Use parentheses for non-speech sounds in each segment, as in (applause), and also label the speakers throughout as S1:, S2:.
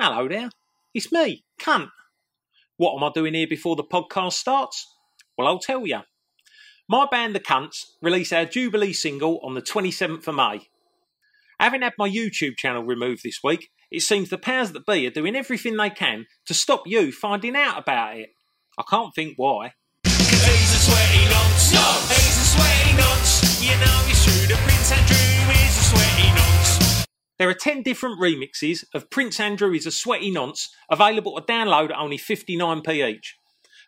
S1: Hello there. It's me, cunt. What am I doing here before the podcast starts? Well, I'll tell you. My band, The Cunts, release our Jubilee single on the 27th of May. Having had my YouTube channel removed this week, it seems the powers that be are doing everything they can to stop you finding out about it. I can't think why.
S2: He's a sweaty nonce. He's a sweaty nonce. You know it's true. The Prince Andrew is a sweaty nonce.
S1: There are 10 different remixes of Prince Andrew is a Sweaty Nonce available to download at only 59p each.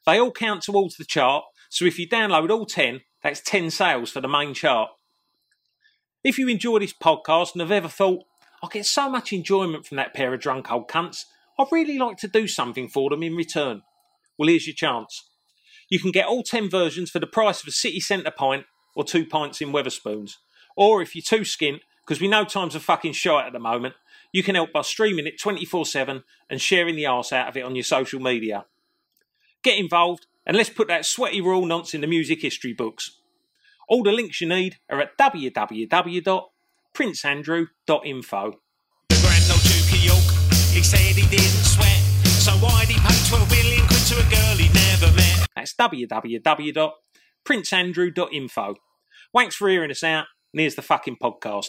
S1: They all count towards the chart, so if you download all 10, that's 10 sales for the main chart. If you enjoy this podcast and have ever thought, I get so much enjoyment from that pair of drunk old cunts, I'd really like to do something for them in return. Well, here's your chance. You can get all 10 versions for the price of a city centre pint or two pints in Weatherspoons. Or if you're too skint, because we know times are fucking shite at the moment, you can help by streaming it 24 7 and sharing the arse out of it on your social media. Get involved and let's put that sweaty raw nonce in the music history books. All the links you need are at www.princeandrew.info.
S2: The Grand Old Duke of York, he said he didn't sweat. So why'd he pay 12 billion quid to a girl he never met?
S1: That's www.princeandrew.info. Thanks for hearing us out, and here's the fucking podcast.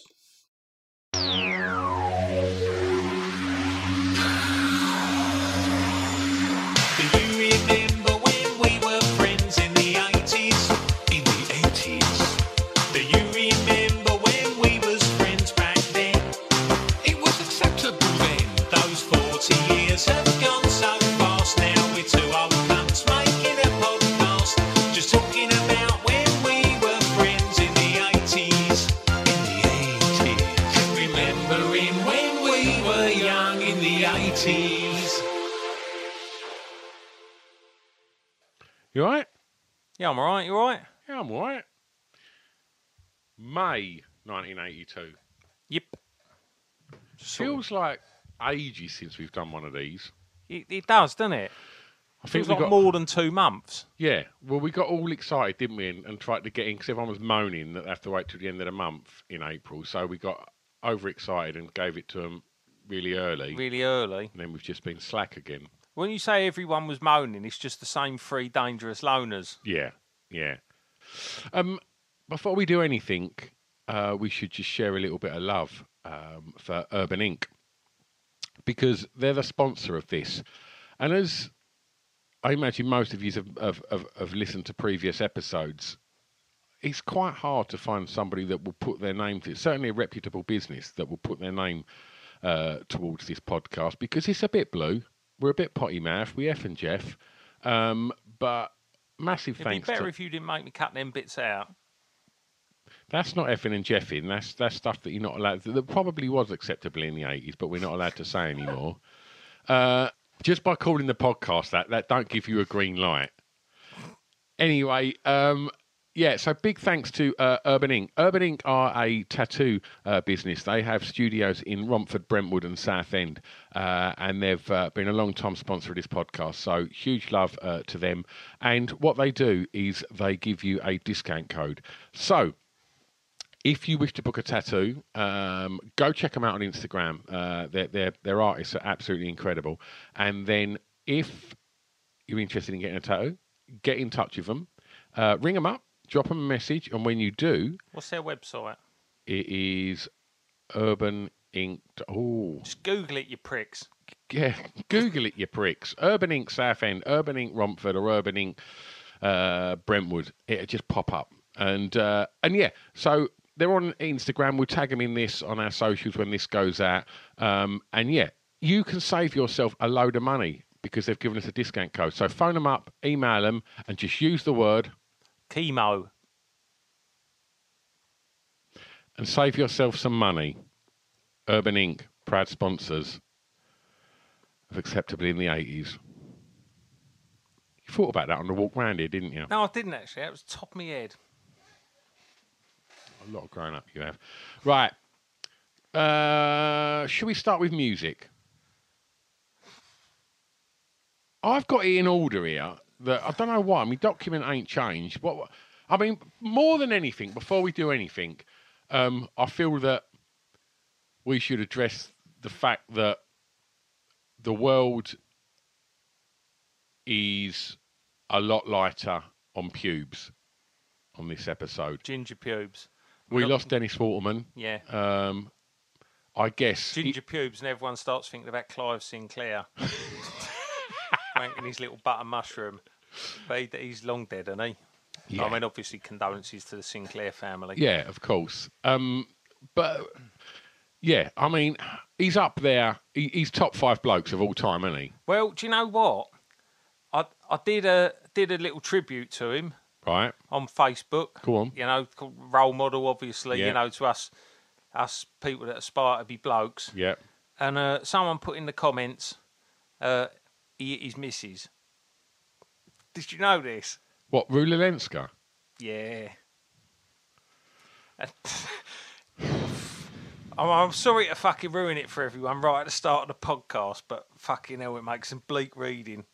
S2: Do you remember when we were friends in the 80s? In the 80s. Do you remember when we was friends back then? It was acceptable then. Those 40 years have gone so fast. Now we're two old cunts making a podcast. Just talking about when we were friends in the 80s. In the 80s. Remembering when we were young in the 80s.
S3: You all right?
S1: Yeah, I'm alright, you alright?
S3: Yeah, I'm all right. May 1982.
S1: Yep.
S3: Feels like ages since we've done one of these.
S1: It, it does, doesn't it?
S3: I
S1: Feels
S3: we
S1: like more than two months.
S3: Yeah, well, we got all excited, didn't we, and, and tried to get in because everyone was moaning that they have to wait till the end of the month in April. So we got overexcited and gave it to them really early.
S1: Really early.
S3: And then we've just been slack again.
S1: When you say everyone was moaning, it's just the same three dangerous loners.
S3: Yeah, yeah. Um, before we do anything, uh, we should just share a little bit of love um, for Urban Inc. because they're the sponsor of this. And as I imagine most of you have, have, have, have listened to previous episodes, it's quite hard to find somebody that will put their name to it, certainly a reputable business that will put their name uh, towards this podcast because it's a bit blue. We're a bit potty mouth. We F and Jeff. Um, but massive
S1: It'd
S3: thanks
S1: be better
S3: to.
S1: if you didn't make me cut them bits out.
S3: That's not effing and jeffing. That's that's stuff that you're not allowed. That probably was acceptable in the eighties, but we're not allowed to say anymore. uh, just by calling the podcast that, that don't give you a green light. Anyway, um, yeah. So big thanks to uh, Urban Ink. Urban Ink are a tattoo uh, business. They have studios in Romford, Brentwood, and Southend, uh, and they've uh, been a long time sponsor of this podcast. So huge love uh, to them. And what they do is they give you a discount code. So if you wish to book a tattoo, um, go check them out on Instagram. Uh, their, their their artists are absolutely incredible. And then if you're interested in getting a tattoo, get in touch with them, uh, ring them up, drop them a message, and when you do,
S1: What's their website?
S3: it is Urban Inked. Oh,
S1: Just Google it, you pricks.
S3: yeah. Google it, you pricks. Urban Ink Southend, Urban Ink Romford, or Urban Ink uh, Brentwood. It'll just pop up. And uh, and yeah, so they're on Instagram. We'll tag them in this on our socials when this goes out. Um, and yeah, you can save yourself a load of money because they've given us a discount code. So phone them up, email them, and just use the word
S1: Chemo.
S3: and save yourself some money. Urban Inc., proud sponsors of Acceptably in the 80s. You thought about that on the walk round here, didn't you?
S1: No, I didn't actually. That was top of my head.
S3: A lot of grown up you have. Right. Uh, should we start with music? I've got it in order here that I don't know why. My document ain't changed. What I mean, more than anything, before we do anything, um, I feel that we should address the fact that the world is a lot lighter on pubes on this episode.
S1: Ginger pubes.
S3: We
S1: Look-
S3: lost Dennis Waterman.
S1: Yeah.
S3: Um, I guess.
S1: Ginger pubes, and everyone starts thinking about Clive
S3: (laughs)
S1: Sinclair. Wanking his little butter mushroom. But he, he's long dead, isn't he?
S3: Yeah.
S1: I mean, obviously, condolences to the Sinclair family.
S3: yeah, of course. Um, but yeah, I mean, he's up there. He, he's top five blokes of all time, isn't he?
S1: Well, do you know what? I I did a did a little tribute to him
S3: Right?
S1: on Facebook.
S3: Go on.
S1: You know, called role model, obviously.
S3: Yeah.
S1: You know, to us us people that aspire to be blokes.
S3: Yeah.
S1: And uh, someone put in the comments, uh, he, his missus. Did you know this?
S3: What, Rulilenska?
S1: Yeah. (sighs) I'm, I'm sorry to fucking ruin it for everyone right at the start of the podcast, but fucking hell, it makes some bleak reading.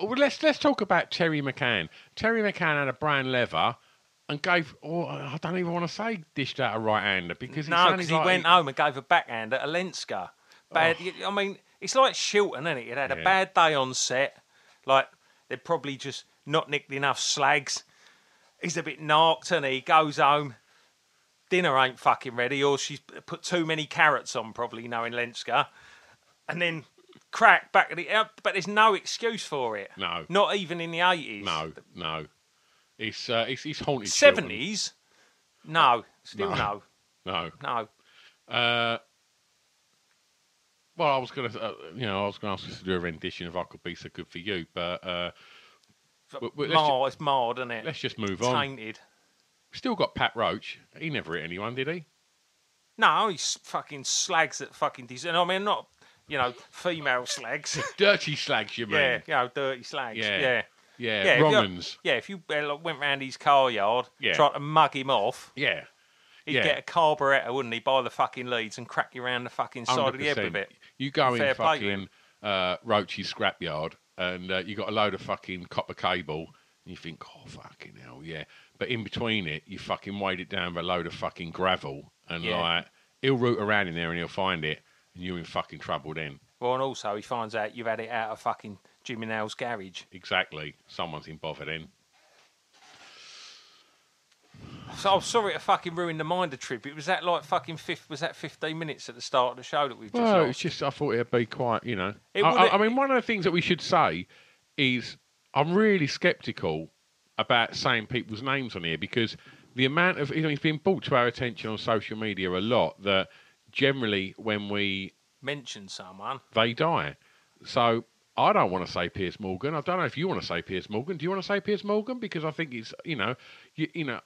S3: Well, let's let's talk about Terry McCann. Terry McCann had a brown leather and gave. Oh, I don't even want to say dished out a right hander because it
S1: No,
S3: sounded
S1: because he
S3: like
S1: went home and gave a backhand at Alenska. Bad. I mean, it's like Shilton, isn't it? He'd had
S3: Yeah.
S1: a bad day on set. Like they'd probably just not nicked enough slags. He's a bit narked, and he He goes home. Dinner ain't fucking ready, or she's put too many carrots on, probably knowing Lenska, and then crack back at the. uh, But there's no excuse for it.
S3: No.
S1: not even in the eighties.
S3: No, no. It's uh, it's it's haunted. children.
S1: seventies. No, still
S3: No.
S1: no,
S3: No.
S1: no.
S3: Uh, well, I was gonna, uh, you know, I was gonna ask us to do a rendition of "I Could Be So Good for You," but uh, w- w- let's, ju-
S1: Marred, it's marred, isn't it?
S3: let's just move on.
S1: tainted.
S3: Still got Pat Roach. He never hit anyone, did he?
S1: No, he's fucking slags that fucking deserve. I mean, not you know female
S3: (laughs)
S1: slags. (laughs)
S3: Dirty slags, you mean?
S1: yeah, you know, dirty slags.
S3: Yeah.
S1: Yeah, yeah.
S3: yeah,
S1: if you-
S3: wrong uns.
S1: Yeah, if you uh, like, went round his car yard,
S3: Yeah.
S1: tried to mug him off,
S3: Yeah,
S1: he'd
S3: Yeah.
S1: get a carburettor, wouldn't he, by the fucking leads and crack you round the fucking side of the head with
S3: 100%.
S1: it.
S3: You go in
S1: Fair play to
S3: fucking uh, Roach's scrapyard, and uh, you got a load of fucking copper cable, and you think, oh fucking hell, yeah. But in between it, you fucking weighed it down with a load of fucking gravel, and
S1: Yeah.
S3: like he'll root around in there and he'll find it, and you're in fucking trouble then.
S1: Well, and also he finds out you've had it out of fucking Jimmy Nail's garage.
S3: Exactly, someone's in bother then.
S1: So I'm sorry to fucking ruin the Minder tribute. Was that like fucking fifth? Was that 15 minutes at the start of the show that we've just
S3: Well,
S1: lost?
S3: it's just I thought it'd be quite, you know. I,
S1: It would-
S3: I, I mean, one of the things that we should say is I'm really sceptical about saying people's names on here because the amount of you know it's been brought to our attention on social media a lot that generally when we
S1: Mention someone.
S3: they die, so. I don't want to say Piers Morgan. I don't know if you want to say Piers Morgan. Do you want to say Piers Morgan? Because I think it's you know, you, you know,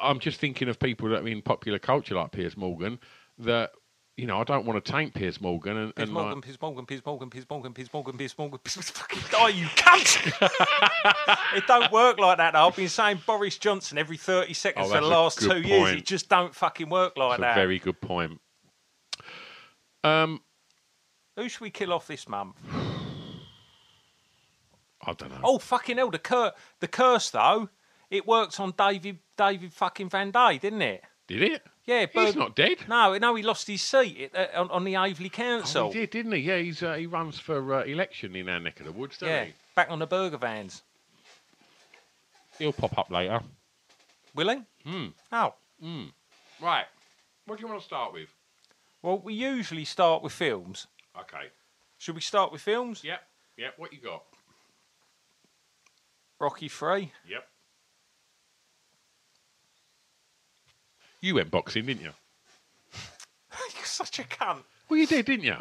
S3: I'm just thinking of people that are in popular culture like Piers Morgan. That you know, I don't want to taint Piers Morgan and,
S1: Piers
S3: and like-
S1: Morgan, Piers Morgan, Piers Morgan, Piers Morgan, Piers Morgan, Piers Morgan, Piers Morgan. (laughs) Fucking die, you cunt! (laughs) it don't work like that. Though. I've been saying Boris Johnson every thirty seconds
S3: Oh,
S1: for
S3: that's
S1: the
S3: a
S1: last two
S3: good
S1: years.
S3: point.
S1: It just don't fucking work like that.
S3: That's a very good point. Um,
S1: Who should we kill off this month?
S3: I don't know.
S1: Oh fucking hell! The cur- the curse though, it worked on David David fucking Van Day, didn't it?
S3: Did it?
S1: Yeah, but
S3: He's not dead.
S1: No, no, he lost his seat at, uh, on, on the Avely Council.
S3: Oh, he did, didn't he? Yeah, he's uh, he runs for uh, election in our neck of the woods, doesn't
S1: yeah, back on the burger vans.
S3: he? He'll pop up later.
S1: Will he? Hmm. Oh.
S3: Right. What do you want to start with?
S1: Well, we usually start with films.
S3: Okay.
S1: Should we start with films?
S3: Yep. Yep. What you got?
S1: Rocky Three.
S3: Yep. You went boxing, didn't you?
S1: (laughs) You're such a cunt.
S3: Well, you did, didn't you?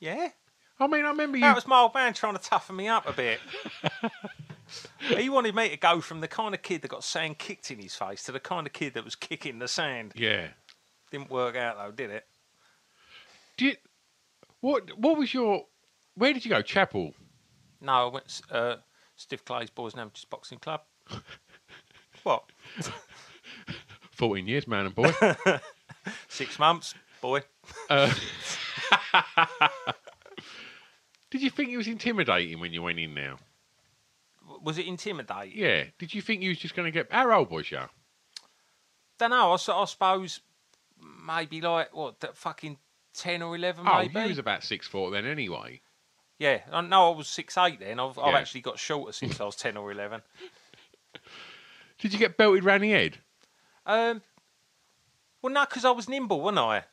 S1: Yeah.
S3: I mean, I remember you.
S1: That was my old man trying to toughen me up a
S3: (laughs)
S1: bit. he wanted me to go from the kind of kid that got sand kicked in his face to the kind of kid that was kicking the sand.
S3: Yeah.
S1: Didn't work out though, did it?
S3: Did what? What was your? Where did you go? Chapel.
S1: No, I went s- uh, Stiff Clay's Boys and Amateurs Boxing
S3: (laughs)
S1: Club. what?
S3: Fourteen years, man and (laughs) boy.
S1: Six months, boy.
S3: did you think it was intimidating when you went in? Now.
S1: W- Was it intimidating?
S3: Yeah. Did you think you was just going to get? How old was you?
S1: Don't know. I, s- I suppose maybe like what, th- fucking ten or eleven,
S3: Oh,
S1: maybe.
S3: you was about six foot then, anyway.
S1: Yeah, I no, I was six eight then. I've, I've
S3: Yeah.
S1: actually got shorter since I was ten or eleven.
S3: Did you get belted round the head?
S1: Um, well, no, because I was nimble, wasn't I?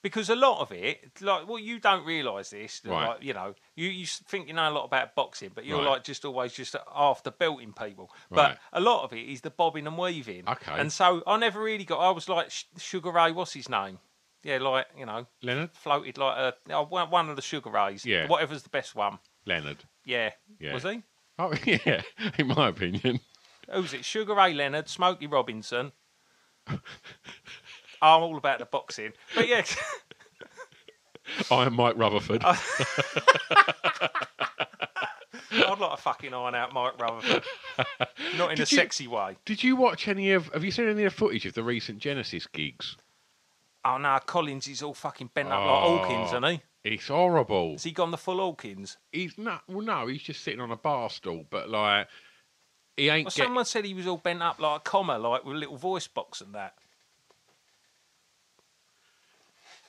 S1: Because a lot of it, like, well, you don't realise this,
S3: Right.
S1: like, you know, you, you s- think you know a lot about boxing, but you're
S3: Right.
S1: like just always just after belting people.
S3: Right.
S1: But a lot of it is the bobbing and weaving.
S3: Okay.
S1: And so I never really got. I was like Sh- Sugar Ray, what's his name? Yeah, like you know,
S3: Leonard.
S1: floated like a oh, one one of the Sugar Rays.
S3: Yeah.
S1: Whatever's the best one.
S3: Leonard.
S1: Yeah.
S3: Yeah.
S1: Was he?
S3: Oh (laughs) yeah, in my opinion. (laughs)
S1: Who's it? Sugar Ray Leonard, Smokey Robinson. (laughs) I'm all about the boxing, but yeah, (laughs)
S3: I am Mike Rutherford.
S1: I'd like to fucking iron out Mike
S3: (laughs)
S1: Rutherford, not in a
S3: Did you-
S1: sexy way.
S3: Did you watch any of? Have you seen any of the footage of the recent Genesis gigs?
S1: Oh no, Collins is all fucking bent up
S3: Oh.
S1: like Hawkins, isn't he?
S3: It's horrible.
S1: Has he gone the full Hawkins?
S3: He's not. Well, no, he's just sitting on a bar stool, but like he ain't.
S1: Well,
S3: Get,
S1: someone said he was all bent up like a comma, like with a little voice box and that.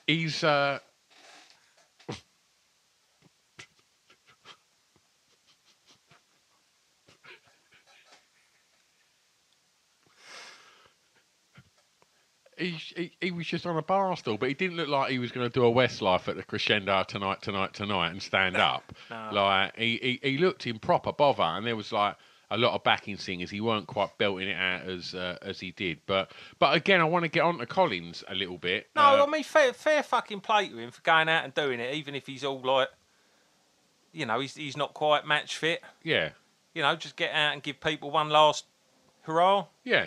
S3: he's. Uh, He, he, he was just on a bar stool, but he didn't look like he was going to do a Westlife at the crescendo tonight, tonight, tonight, and stand up. Like he, he, he looked in proper bother, and there was like a lot of backing singers. He weren't quite belting it out as uh, as he did. But but again, I want to get on to Collins a little bit.
S1: No,
S3: Uh,
S1: I mean fair, fair fucking play to him for going out and doing it, even if he's all like, you know, he's he's not quite match fit.
S3: yeah,
S1: You know, just get out and give people one last hurrah.
S3: yeah.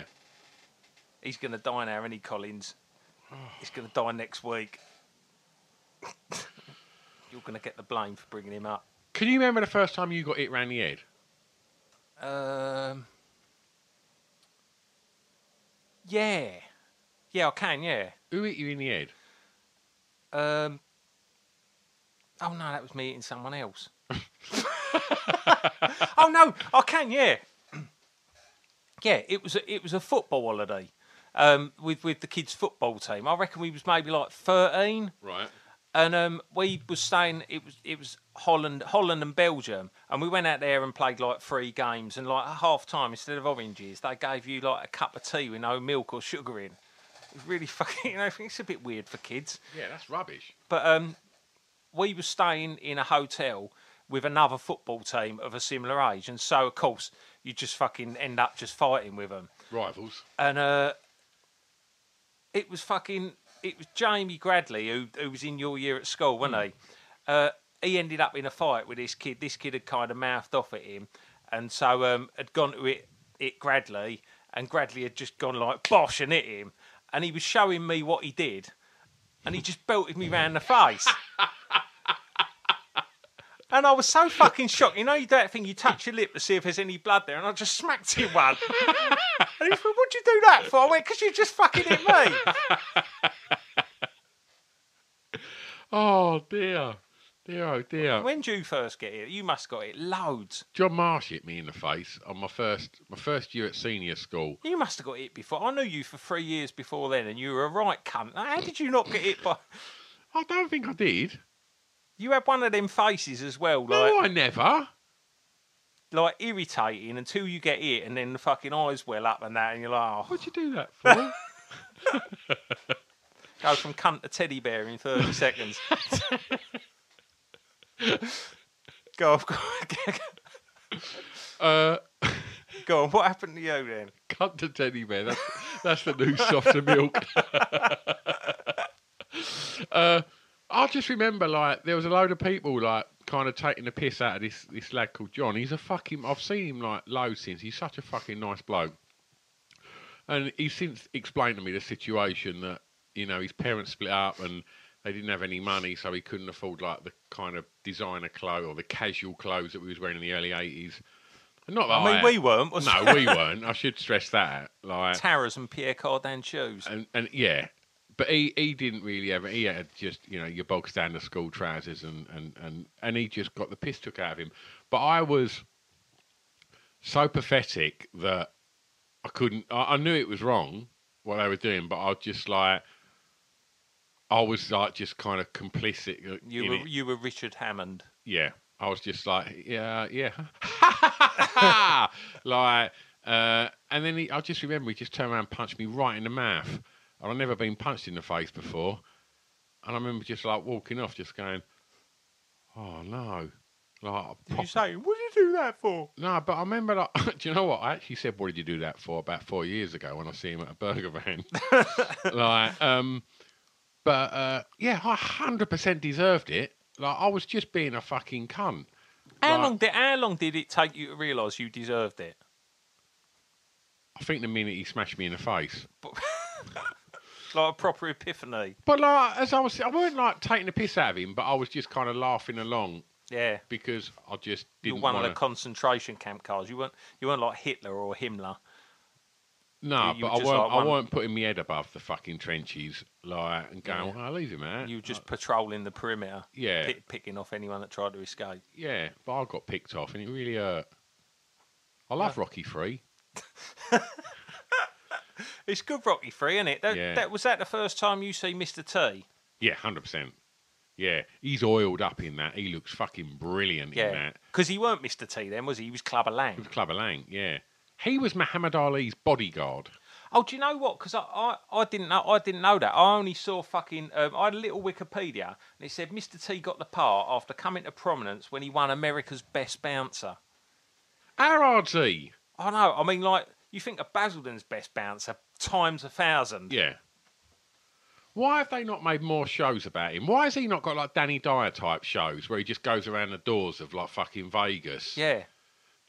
S1: He's going to die now, isn't he, Collins? He's going to die next week. You're going to get the blame for bringing him up.
S3: Can you remember the first time you got hit round the head?
S1: Um, yeah. Yeah, I can, yeah.
S3: Who hit you in the head?
S1: Um, oh, no, that was me eating someone (laughs) else. oh, no, I can, yeah. yeah, it was a, it was a football holiday um, with, with the kids' football team. I reckon we was maybe like 13.
S3: Right.
S1: and um, we was staying. It was it was Holland, Holland and Belgium, and we went out there and played like three games. And like at half time, instead of oranges, they gave you like a cup of tea with no milk or sugar in. It's really (laughs) fucking. You know, I think it's a bit weird for kids.
S3: Yeah, that's rubbish.
S1: But um, we were staying in a hotel with another football team of a similar age, and so of course you just fucking end up just fighting with them
S3: Rivals.
S1: and uh, it was fucking it was Jamie Gradley who who was in your year at school, wasn't he? Uh, he ended up in a fight with this kid. This kid had kind of mouthed off at him, and so um, had gone to it it Gradley, and Gradley had just gone like bosh and hit him, and he was showing me what he did, and he just belted me round the face. And I was so fucking shocked. You know, you do that thing, you touch your lip to see if there's any blood there, and I just smacked him one. And he said, What'd you do that for? I went, Because you just fucking hit me. (laughs)
S3: Oh dear, dear, oh dear.
S1: when did you first get it? You must got it loads.
S3: John Marsh hit me in the face on my first my first year at senior school.
S1: You must have got it before. I knew you for three years before then, and you were a right cunt. How did you not get it by. (laughs)
S3: I don't think I did.
S1: You had one of them faces as well, like,
S3: No, I never.
S1: like irritating until you get it, and then the fucking eyes well up and that, and you're like, oh.
S3: What'd you do that for?
S1: Go from cunt to teddy bear in
S3: (laughs)
S1: 30 seconds. (laughs) go on, go on.
S3: Uh,
S1: Go on, what happened to you then?
S3: Cut to teddy bear. That's, that's the new softer milk. (laughs) uh, I just remember like there was a load of people like kind of taking the piss out of this this lad called John. He's a fucking. I've seen him like loads since. He's such a fucking nice bloke. And he's since explained to me the situation that you know his parents split up and they didn't have any money, so he couldn't afford like the kind of designer clothes or the casual clothes that we was wearing in the early eighties. Not that
S1: I mean, we weren't. Was
S3: no, we weren't. I should stress that. Like,
S1: Towers and Pierre Cardin shoes.
S3: and, and yeah, but he, he didn't really have. He had just you know your bog standard school trousers and and and and he just got the piss took out of him. But I was so pathetic that I couldn't. I, I knew it was wrong what they were doing, but I was just like. I was like just kind of complicit. uh,
S1: You
S3: in
S1: were
S3: it.
S1: you were Richard Hammond.
S3: yeah, I was just like, yeah,
S1: (laughs)
S3: yeah, (laughs) like, uh, and then he, I just remember he just turned around and punched me right in the mouth, and I've never been punched in the face before, and I remember just like walking off, just going, oh no, like,
S1: Did you say, what did you do that for?
S3: no, but I remember, like, (laughs) do you know what? I actually said, "What did you do that for?" About four years ago, when I see him at a
S1: (laughs)
S3: burger van. like, um, but uh, yeah, I hundred percent deserved it. Like, I was just being a fucking cunt.
S1: How
S3: Like-
S1: long did how long did it take you to realise you deserved it?
S3: I think the minute he smashed me in the face.
S1: Like a proper epiphany.
S3: But like, as I was, I weren't like taking the piss out of him, but I was just kind of laughing along
S1: Yeah.
S3: because I just
S1: You're
S3: didn't
S1: one
S3: want
S1: of the concentration camp cars. You weren't you weren't like Hitler or Himmler.
S3: no,
S1: you- you
S3: but
S1: were
S3: I
S1: just
S3: weren't.
S1: like
S3: I
S1: one-
S3: weren't putting my head above the fucking trenches, like, and going,
S1: Yeah.
S3: "Well, I'll leave him out."
S1: You were just patrolling the perimeter.
S3: Yeah.
S1: Pick, picking off anyone that tried to escape.
S3: Yeah, but I got picked off, and it really hurt. I love Rocky Three.
S1: It's good Rocky Free, isn't it? That,
S3: Yeah.
S1: that was that the first time you see Mr. T.
S3: Yeah, hundred percent. Yeah, he's oiled up in that. He looks fucking brilliant in
S1: Yeah.
S3: that.
S1: Because he weren't Mr. T then, was he? He was Clubber
S3: He
S1: Lang.
S3: was Clubber Lang. Yeah, he was Muhammad Ali's bodyguard.
S1: Oh, do you know what? Because I, I, I didn't know I didn't know that. I only saw fucking um, I had a little Wikipedia and it said Mr. T got the part after coming to prominence when he won America's Best Bouncer.
S3: RRT.
S1: I know. I mean, like you think of Basildon's Best Bouncer times a thousand.
S3: Yeah. Why have they not made more shows about him? Why has he not got like Danny Dyer type shows where he just goes around the doors of like fucking Vegas?
S1: Yeah.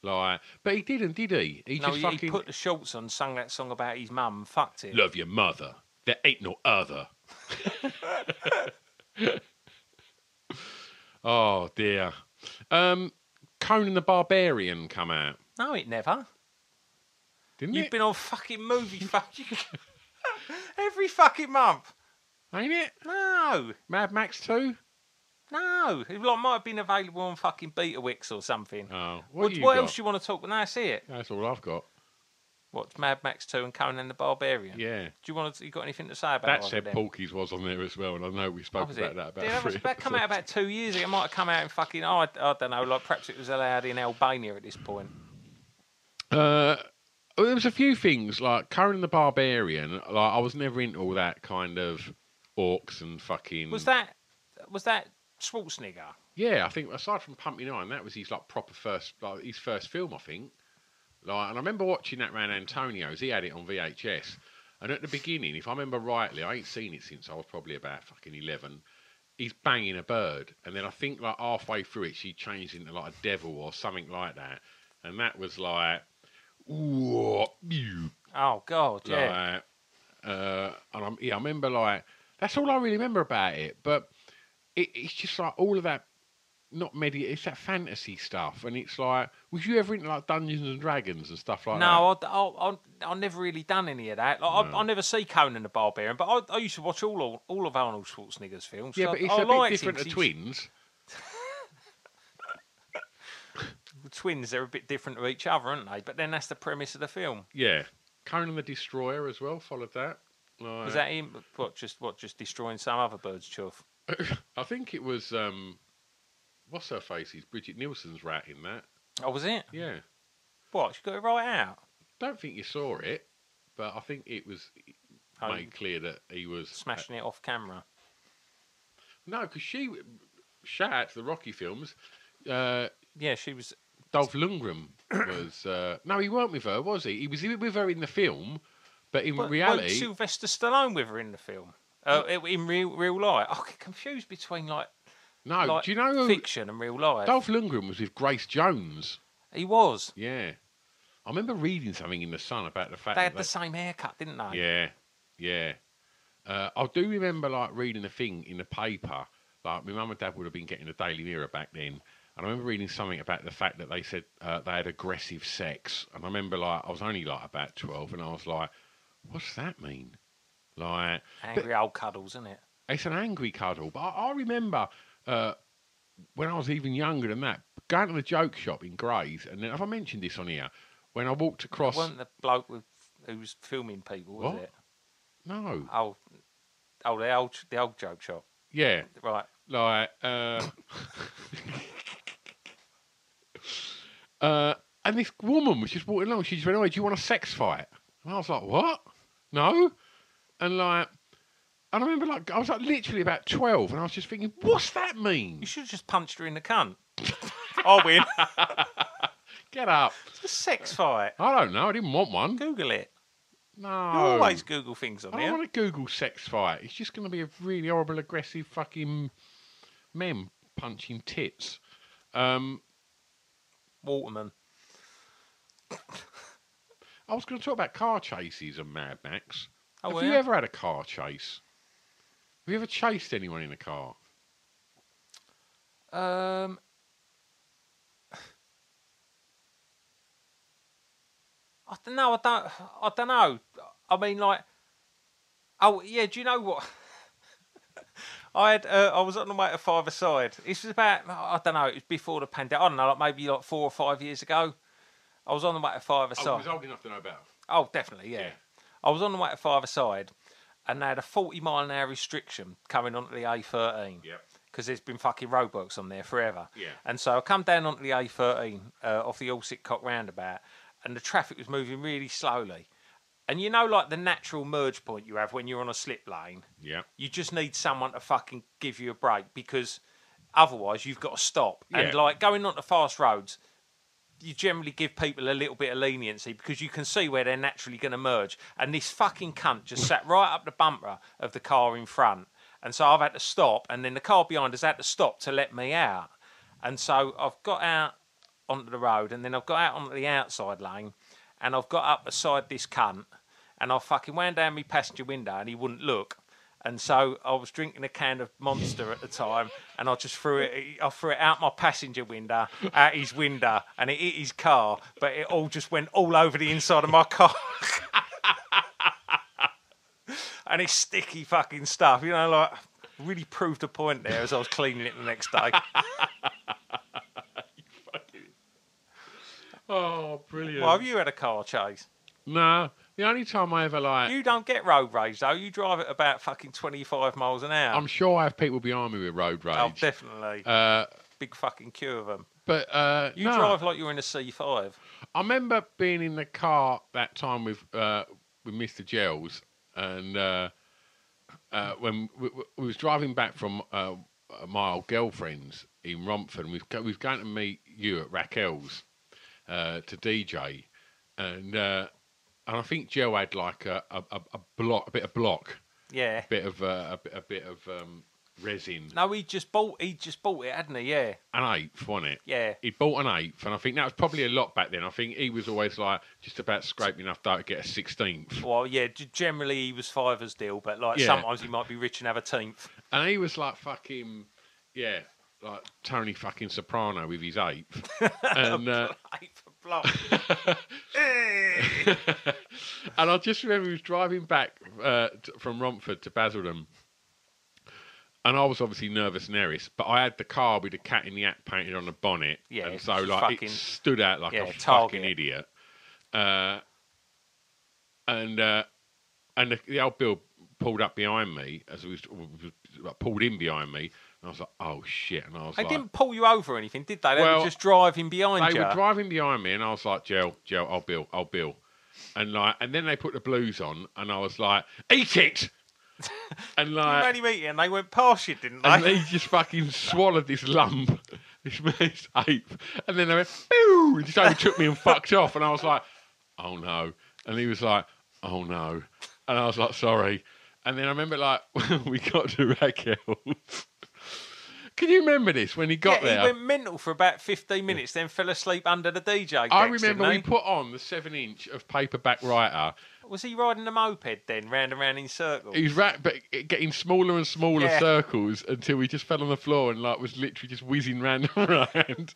S3: Like, but he didn't, did he? He
S1: no,
S3: just
S1: he,
S3: fucking
S1: he put the shorts on, sung that song about his mum, and fucked it.
S3: love your mother. There ain't no
S1: (laughs)
S3: other. (laughs) oh dear. Um, Conan the Barbarian come out,
S1: No, it never.
S3: didn't
S1: You've
S3: it?
S1: been on fucking movie (laughs) fucking every fucking month.
S3: Ain't it?
S1: No,
S3: Mad Max Two.
S1: no. It like, might have been available on fucking Betawix or something.
S3: Oh, what,
S1: what
S3: you
S1: what
S3: got?
S1: else do you want to talk? No, that's it.
S3: That's all I've got.
S1: What's Mad Max Two and Conan the Barbarian?
S3: Yeah.
S1: Do you want to? You got anything to say about
S3: That
S1: either of
S3: said,
S1: them?
S3: Porky's was on there as well, and I know we
S1: Oh,
S3: spoke
S1: was
S3: about
S1: it?
S3: that about
S1: Did that,
S3: three
S1: was- that come out
S3: episodes.
S1: about two years ago? It might have come out in fucking. Oh, I, I don't know. Like perhaps it was allowed in Albania at this point.
S3: Uh, well, there was a few things like Conan the Barbarian. Like I was never into all that kind of orcs and fucking.
S1: Was that? Was that Schwarzenegger?
S3: Yeah, I think aside from Pumping Iron, that was his like proper first, like his first film, I think. Like, and I remember watching that round Antonio's. He had it on VHS, and at the beginning, if I remember rightly, I ain't seen it since I was probably about fucking eleven. He's banging a bird, and then I think like halfway through it, she changed into like a devil or something like that, and that was like, what you
S1: Oh God, yeah.
S3: like, uh, and I'm, yeah, I remember like that's all I really remember about it. But it, it's just like all of that, not media. It's that fantasy stuff, and it's like, was you ever into like Dungeons and Dragons and stuff like that?
S1: No, I, I, I, I never really done any of that. Like, I, I never see Conan the Barbarian, but I, I used to watch all, all all of Arnold Schwarzenegger's films.
S3: Yeah,
S1: I,
S3: but it's
S1: I
S3: a bit
S1: liked him
S3: different to
S1: 'cause he's-
S3: twins.
S1: The twins, they're a bit different to each other, aren't they? But then that's the premise of the film.
S3: Yeah, Conan the Destroyer as well followed that. Like,
S1: Was that him? What just what just destroying some other bird's chuff?
S3: I think it was um, what's her face? Is Bridget Nielsen's rat in that?
S1: Oh, was it?
S3: Yeah,
S1: What? She got it right out.
S3: don't think you saw it, but I think it was.
S1: home
S3: made clear that he was
S1: smashing it off camera.
S3: No, because she, shout out to the Rocky films. Uh,
S1: Yeah, she was. (clears throat)
S3: Dolph Lundgren was uh, no, he weren't with her, was he? He was with her in the film, but in
S1: But weren't
S3: reality,
S1: Sylvester Stallone with her in the film. Uh, in real real life, I get confused between like,
S3: no.
S1: like
S3: Oh, Do you know who-
S1: fiction and real life.
S3: Dolph Lundgren was with Grace Jones?
S1: He was.
S3: Yeah, I remember reading something in the Sun about the fact
S1: They had
S3: that
S1: the same haircut, didn't they?
S3: Yeah, yeah. Uh, I do remember like reading a thing in the paper. Like my mum and dad would have been getting the Daily Mirror back then, and I remember reading something about the fact that they said uh, they had aggressive sex. And I remember like I was only like about twelve, and I was like, "What's that mean?" Like
S1: Angry old cuddles, isn't it?
S3: it's an angry cuddle. But I, I remember uh, when I was even younger than that, going to the joke shop in Grays, and then have I mentioned this on here? When I walked across,
S1: Wasn't the bloke with, who was filming people, was
S3: What?
S1: it?
S3: no,
S1: Oh, oh, the old the old joke shop,
S3: yeah,
S1: right?
S3: like uh, uh and this woman was just walking along she just went oh do you want a sex fight and i was like what no and like and i remember like i was like literally about 12 and i was just thinking what's that mean
S1: You should have just punched her in the
S3: (laughs)
S1: cunt. I win.
S3: get up
S1: It's a sex fight.
S3: i don't know i didn't want one
S1: Google it.
S3: no
S1: You always eh? Google things on
S3: Oh. i don't
S1: here.
S3: want to google sex fight it's just going to be a really horrible aggressive fucking men punching tits um
S1: Waterman.
S3: I was going to talk about car chases and Mad Max.
S1: Oh,
S3: have
S1: were
S3: you
S1: ya?
S3: ever had a car chase? Have you ever chased anyone in a car?
S1: Um. I don't know. I don't. I don't know. I mean, like, oh yeah. Do you know what? (laughs) I had. Uh, I was on the way to five aside. This was about. I don't know. It was before the pandemic. I don't know. Like maybe like four or five years ago. I was on the way to five aside.
S3: I Oh, was old enough to know about.
S1: Oh, definitely, yeah.
S3: Yeah.
S1: I was on the way to five aside, and they had a forty mile an hour restriction coming onto the A thirteen.
S3: Yep.
S1: Because there's been fucking roadblocks on there forever.
S3: Yeah.
S1: And so I come down onto the A thirteen uh, off the Allsick Cock roundabout, and the traffic was moving really slowly. And you know, like the natural merge point you have when you're on a slip lane,
S3: Yeah.
S1: you just need someone to fucking give you a break because otherwise you've got to stop. And
S3: Yeah.
S1: like going onto fast roads, you generally give people a little bit of leniency because you can see where they're naturally going to merge. And this fucking cunt just sat right up the bumper of the car in front. And so I've had to stop, and then the car behind has had to stop to let me out. And so I've got out onto the road, and then I've got out onto the outside lane, and I've got up beside this cunt, and I fucking wound down my passenger window, and he wouldn't look. And so I was drinking a can of Monster at the time, and I just threw it. I threw it out my passenger window, out his window, and it hit his car. But it all just went all over the inside of my car. (laughs) and it's sticky fucking stuff, you know. Like really proved a point there as I was cleaning it the next day.
S3: (laughs) Oh, brilliant.
S1: well, have you had a car chase?
S3: No, the only time I ever like,
S1: You don't get road rage though. You drive at about fucking twenty-five miles an hour.
S3: I'm sure I have people behind me with road
S1: oh,
S3: rage.
S1: definitely.
S3: uh,
S1: Big fucking queue of them.
S3: but uh,
S1: You
S3: no.
S1: drive like you're in a C5.
S3: I remember being in the car that time with uh, with Mr. Gels, and uh, uh, when we, we- we was driving back from uh, my old girlfriend's in Romford, and we was go- we was going to meet you at Raquel's uh, to DJ, and uh, and I think Joe had like a, a, a- a block, a bit of block,
S1: Yeah.
S3: bit of uh, a, bit- a bit of um, resin,
S1: No, he just bought. He just bought it, hadn't he? Yeah.
S3: an eighth, wasn't it?
S1: Yeah.
S3: he bought an eighth, and I think that was probably a lot back then. I think he was always like just about scraping enough dough to get a sixteenth,
S1: Well, yeah. g- Generally, he was fivers deal, but like
S3: Yeah.
S1: sometimes he might be rich and have a teenth.
S3: and he was like fucking, yeah, like Tony fucking Soprano with his eighth, and uh,
S1: (laughs) Eight for block.
S3: and I just remember he was driving back uh, t- from Romford to Basildon, and I was obviously nervous and nervous, but I had the car with the cat in the hat painted on the bonnet,
S1: Yeah,
S3: and so
S1: just
S3: like
S1: fucking-
S3: it stood out like
S1: yeah,
S3: a
S1: target.
S3: fucking idiot, uh, and uh, and the, the old Bill pulled up behind me as we was, was like, pulled in behind me, and I was like, oh shit, and I was
S1: They
S3: like.
S1: didn't pull you over or anything, did they? They
S3: Well,
S1: were just driving behind
S3: They
S1: you.
S3: were driving behind me, and I was like, Gel, Gel, I'll bill, I'll bill. and like, and then they put the blues on, and I was like,
S1: (laughs)
S3: eat it, and like,
S1: Many meeting, and they went past you, didn't (laughs)
S3: and
S1: they?
S3: he just fucking swallowed this lump, (laughs) this man's ape. And then they went, boo! And just overtook me and fucked off. And I was like, oh no. And he was like, oh no. And I was like, sorry. And then I remember, like, (laughs) we got to Raquel. (laughs) Can you remember this when he got
S1: yeah,
S3: there?
S1: he went mental for about 15 minutes, then fell asleep under the DJ.
S3: I
S1: decks,
S3: remember we
S1: didn't
S3: put on the seven inch of paperback writer.
S1: he? Was he riding a moped then, round and round in circles?
S3: He's ra- but getting smaller and smaller
S1: Yeah.
S3: circles until he just fell on the floor and like was literally just whizzing round (laughs) and round.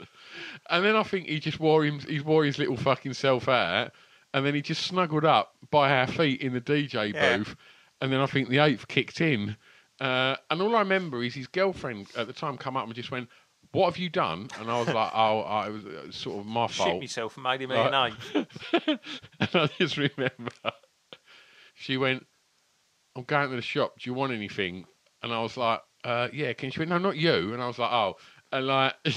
S3: And then I think he just wore him. He wore his little fucking self out, and then he just snuggled up by our feet in the DJ
S1: Yeah.
S3: booth. And then I think the eighth kicked in. Uh, and all I remember is his girlfriend at the time come up and just went, "What have you done?" And I was like, "Oh, I, it was uh, sort of my
S1: Shit
S3: fault."
S1: myself and made him eat
S3: Right.
S1: an ape.
S3: (laughs) and I just remember (laughs) she went, I'm going to the shop. Do you want anything? And I was like, uh, yeah, can you? She went, no, not you. And I was like, oh. And like, (laughs) I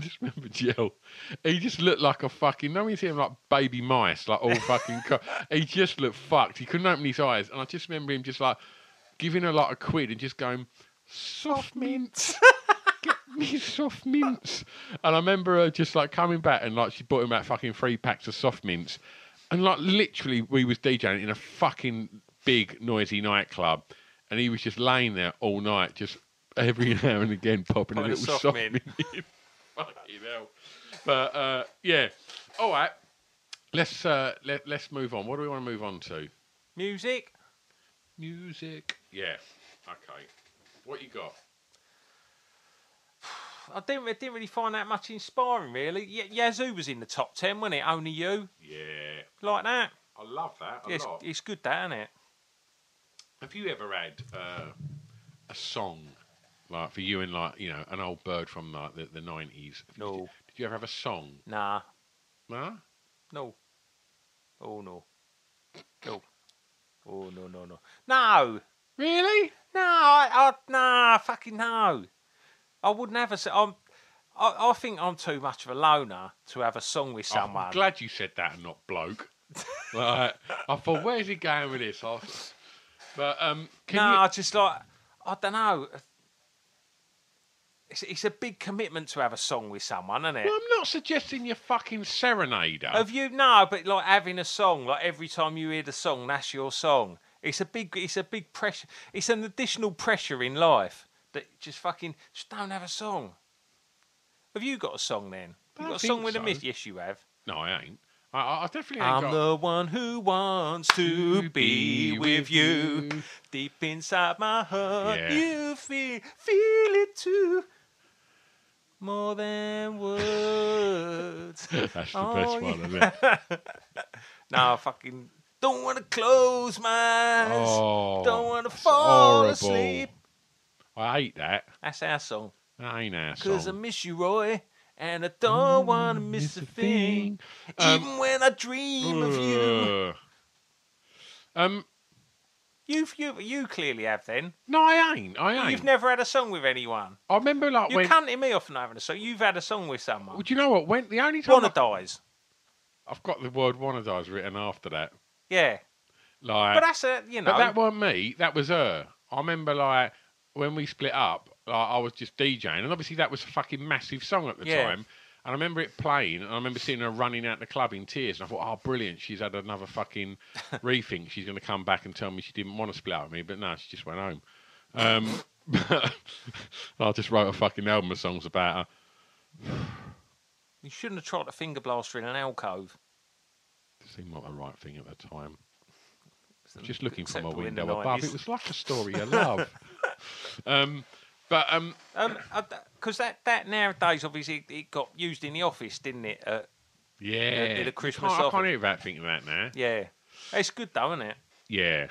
S3: just remember Jill. He just looked like a fucking, no, you see him like baby mice, like all fucking, co- he just looked fucked. He couldn't open his eyes. And I just remember him just like giving her like a quid and just going, soft mints. Get (laughs) me soft mints. And I remember her just like coming back and like she bought him out fucking three packs of soft mints. And like literally we was DJing in a fucking big noisy nightclub and he was just laying there all night, just every (laughs) now and again popping a
S1: Popping a
S3: little
S1: soft
S3: soft,
S1: mint.
S3: mint. (laughs) in. fucking hell. But uh, yeah. All right. Let's uh, let, let's move on. What do we want to move on to?
S1: Music?
S3: Music. Yeah. Okay. What you got?
S1: I didn't, I didn't really find that much inspiring, really. Y- Yazoo was in the top 10, wasn't it? Only You?
S3: Yeah.
S1: Like that?
S3: I love that a
S1: Yeah, it's,
S3: lot.
S1: it's good, that, isn't it?
S3: Have you ever had uh, a song like for you and like you know an old bird from like the nineties?
S1: No.
S3: Did you, did you ever have a song?
S1: Nah.
S3: Nah.
S1: No. Oh, no. No. Oh, no, no, no. No!
S3: Really?
S1: No, I, I nah, fucking no. I wouldn't have a. s- I'm, I, I think I'm too much of a loner to have a song with someone.
S3: I'm glad you said that and not
S1: (laughs)
S3: bloke. like, I thought, where's he going with this? I was- but um, can
S1: no,
S3: you?
S1: I just like I don't know. It's, it's a big commitment to have a song with someone, isn't it?
S3: Well, I'm not suggesting you're fucking serenader.
S1: Have you no? But like having a song, like every time you hear the song, that's your song. It's a big, it's a big pressure. It's an additional pressure in life that just fucking just don't have a song. Have you got a song then?
S3: I
S1: You got a
S3: think
S1: song with a
S3: so.
S1: miss? Yes, you have.
S3: No, I ain't. I, I I definitely ain't
S1: I'm
S3: got.
S1: the one who wants to be with you. Deep inside my heart,
S3: Yeah.
S1: you feel feel it too. More than (laughs) words.
S3: (laughs) That's the
S1: Oh,
S3: best
S1: yeah.
S3: one, isn't it?
S1: no, I fucking don't want to close my eyes.
S3: Oh,
S1: don't want to
S3: that's
S1: fall
S3: horrible.
S1: asleep.
S3: I hate that.
S1: That's our song.
S3: That ain't our song. Mm,
S1: Cause I miss you, Roy, and I don't want to miss a thing. Even when I dream of you.
S3: Um, Ugh. Um,
S1: You, you, you clearly have then.
S3: no, I ain't. I ain't.
S1: You've never had a song with anyone.
S3: I remember like
S1: You
S3: when.
S1: can't hear me off and having a song. You've had a song with someone.
S3: Well, do you know what? When the only time
S1: One
S3: I,
S1: of dies.
S3: have got the word one of those written after that,
S1: Yeah.
S3: like,
S1: But that's a, you know.
S3: but that weren't me. That was her. I remember like when we split up, like, I was just DJing, and obviously that was a fucking massive song at the
S1: Yeah.
S3: time. And I remember it playing, and I remember seeing her running out the club in tears. And I thought, oh, brilliant! She's had
S1: (laughs)
S3: another fucking rethink. She's going to come back and tell me she didn't want to split up with me, but no, she just went home. Um, (laughs) I just wrote a fucking album of songs about her.
S1: You shouldn't have tried a finger blaster in an alcove.
S3: seemed like the right thing at the time.
S1: It's an-
S3: Just looking from a
S1: acceptable in
S3: window
S1: the
S3: above,
S1: 90s.
S3: it was like a story of love.
S1: (laughs)
S3: um, but um,
S1: Um, because that, that nowadays obviously it got used in the office, didn't it? Uh,
S3: yeah,
S1: did a
S3: I
S1: Christmas
S3: can't- I
S1: offer.
S3: can't hear about thinking about now.
S1: yeah, it's good though, isn't it?
S3: Yeah,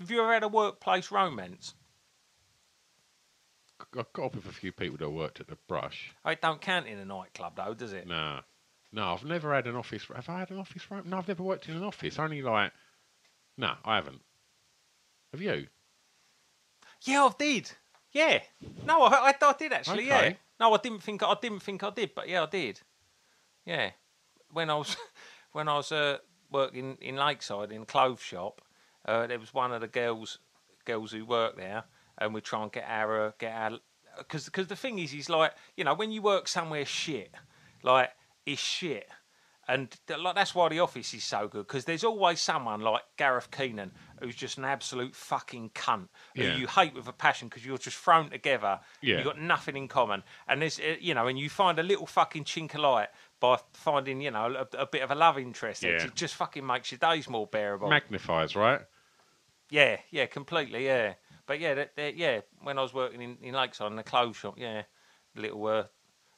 S1: Have you ever had a workplace romance?
S3: I got up with a few people that worked at the brush.
S1: Oh, It don't count in a nightclub though, does it?
S3: Nah, no, I've never had an office. Have I had an office? Right? No, I've never worked in an office. Only like, no, I haven't. Have you?
S1: Yeah, I did. Yeah. No, I, I, I did actually. Yeah.
S3: Okay.
S1: No, I didn't think I didn't think I did, but yeah, I did. Yeah. (laughs) When I was when I was uh, working in Lakeside in a clothes shop, uh, there was one of the girls girls who worked there, and we try and get our uh, get our because because the thing is is like you know when you work somewhere shit, like it's shit. And th- like that's why the office is so good because there's always someone like Gareth Keenan who's just an absolute fucking cunt
S3: Yeah.
S1: who you hate with a passion because you're just thrown together.
S3: Yeah.
S1: You've got nothing in common, and there's uh, you know, and you find a little fucking chink of light by finding you know a, a bit of a love interest. there.
S3: Yeah.
S1: It just fucking makes your days more bearable.
S3: Magnifies, right?
S1: yeah, yeah, completely, yeah. But yeah, that, that, yeah. When I was working in, in Lakeside in the clothes shop, yeah, little uh,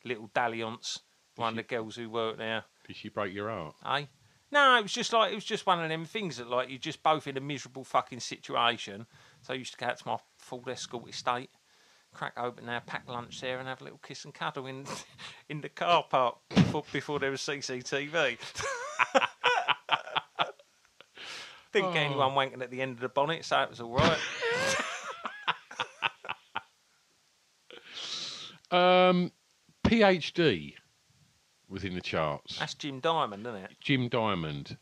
S1: little dalliance. One of the girls who worked there,
S3: Did she break your heart?
S1: eh? No, it was just like it was just one of them things that like you're just both in a miserable fucking situation. So I used to go out to my full escort estate, crack open our pack lunch there, and have a little kiss and cuddle in (laughs) in the car park before, before there was CCTV. (laughs) Didn't get anyone wanking at the end of the bonnet, so it was all right.
S3: Um, PhD was in the charts.
S1: That's Jim Diamond, isn't it?
S3: Jim Diamond.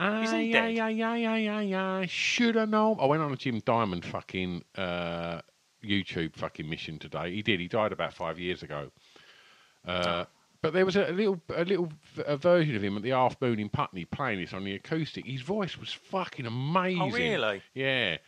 S1: Is he
S3: Aye,
S1: dead?
S3: aye, aye, aye, aye, aye, aye. Should have known. I went on a Jim Diamond fucking uh, YouTube fucking mission today. He did. He died about five years ago. Uh, but there was a little, a little v- a version of him at the Half Moon in Putney playing this on the acoustic. His voice was fucking amazing.
S1: Oh, really?
S3: Yeah.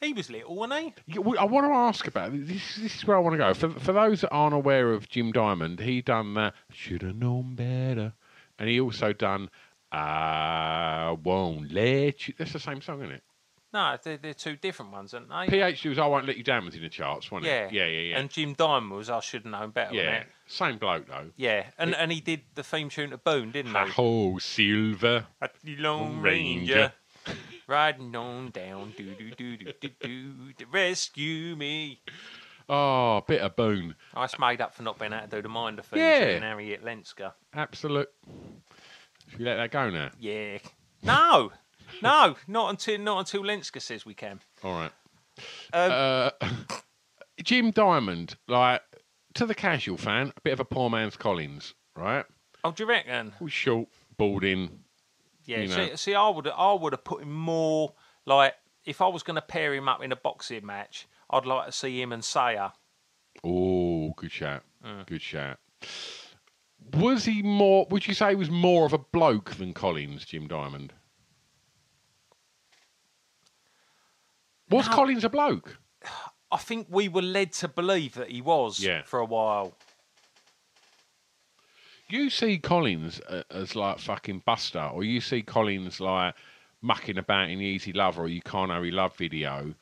S1: He was little, wasn't he?
S3: Yeah, well, I want to ask about this. This is where I want to go. For for those that aren't aware of Jim Diamond, he done that. Should have known better, and he also done. I won't let you. That's the same song, isn't it?
S1: No, they're, they're two different ones, aren't they?
S3: PhD was I won't let you down was in the charts, wasn't
S1: yeah,
S3: it? Yeah, yeah, yeah,
S1: And eh? Jim Diamond was I should have known better. wasn't
S3: yeah.
S1: it?
S3: Same bloke though.
S1: Yeah, and, and he did the theme tune to Boone, didn't he?
S3: Oh, Silver.
S1: At the Lone
S3: Ranger.
S1: Ranger. Riding on down, do do do do do do, to rescue me.
S3: Oh, bit of boon.
S1: I just made up for not being able to do the Minder theme
S3: Yeah.
S1: tune, Harriet Lenska.
S3: Absolute. Should we let that go now?
S1: Yeah. No, no, not until not until Lenska says we can.
S3: All right.
S1: Um,
S3: uh, (laughs) Jim Diamond, like to the casual fan, a bit of a poor man's Collins, right?
S1: Oh, do you reckon?
S3: All short, balding.
S1: Yeah.
S3: You know.
S1: See, see, I would I would have put him more like if I was going to pair him up in a boxing match, I'd like to see him and Sayer.
S3: Oh, good shout. Good shout. Was he more? Would you say he was more of a bloke than Collins, Jim Diamond? Was
S1: No.
S3: Collins a bloke?
S1: I think we were led to believe that he was
S3: Yeah.
S1: for a while.
S3: You see Collins a- as like fucking Buster, or you see Collins like mucking about in the Easy Lover or You Can't Hurry Love video.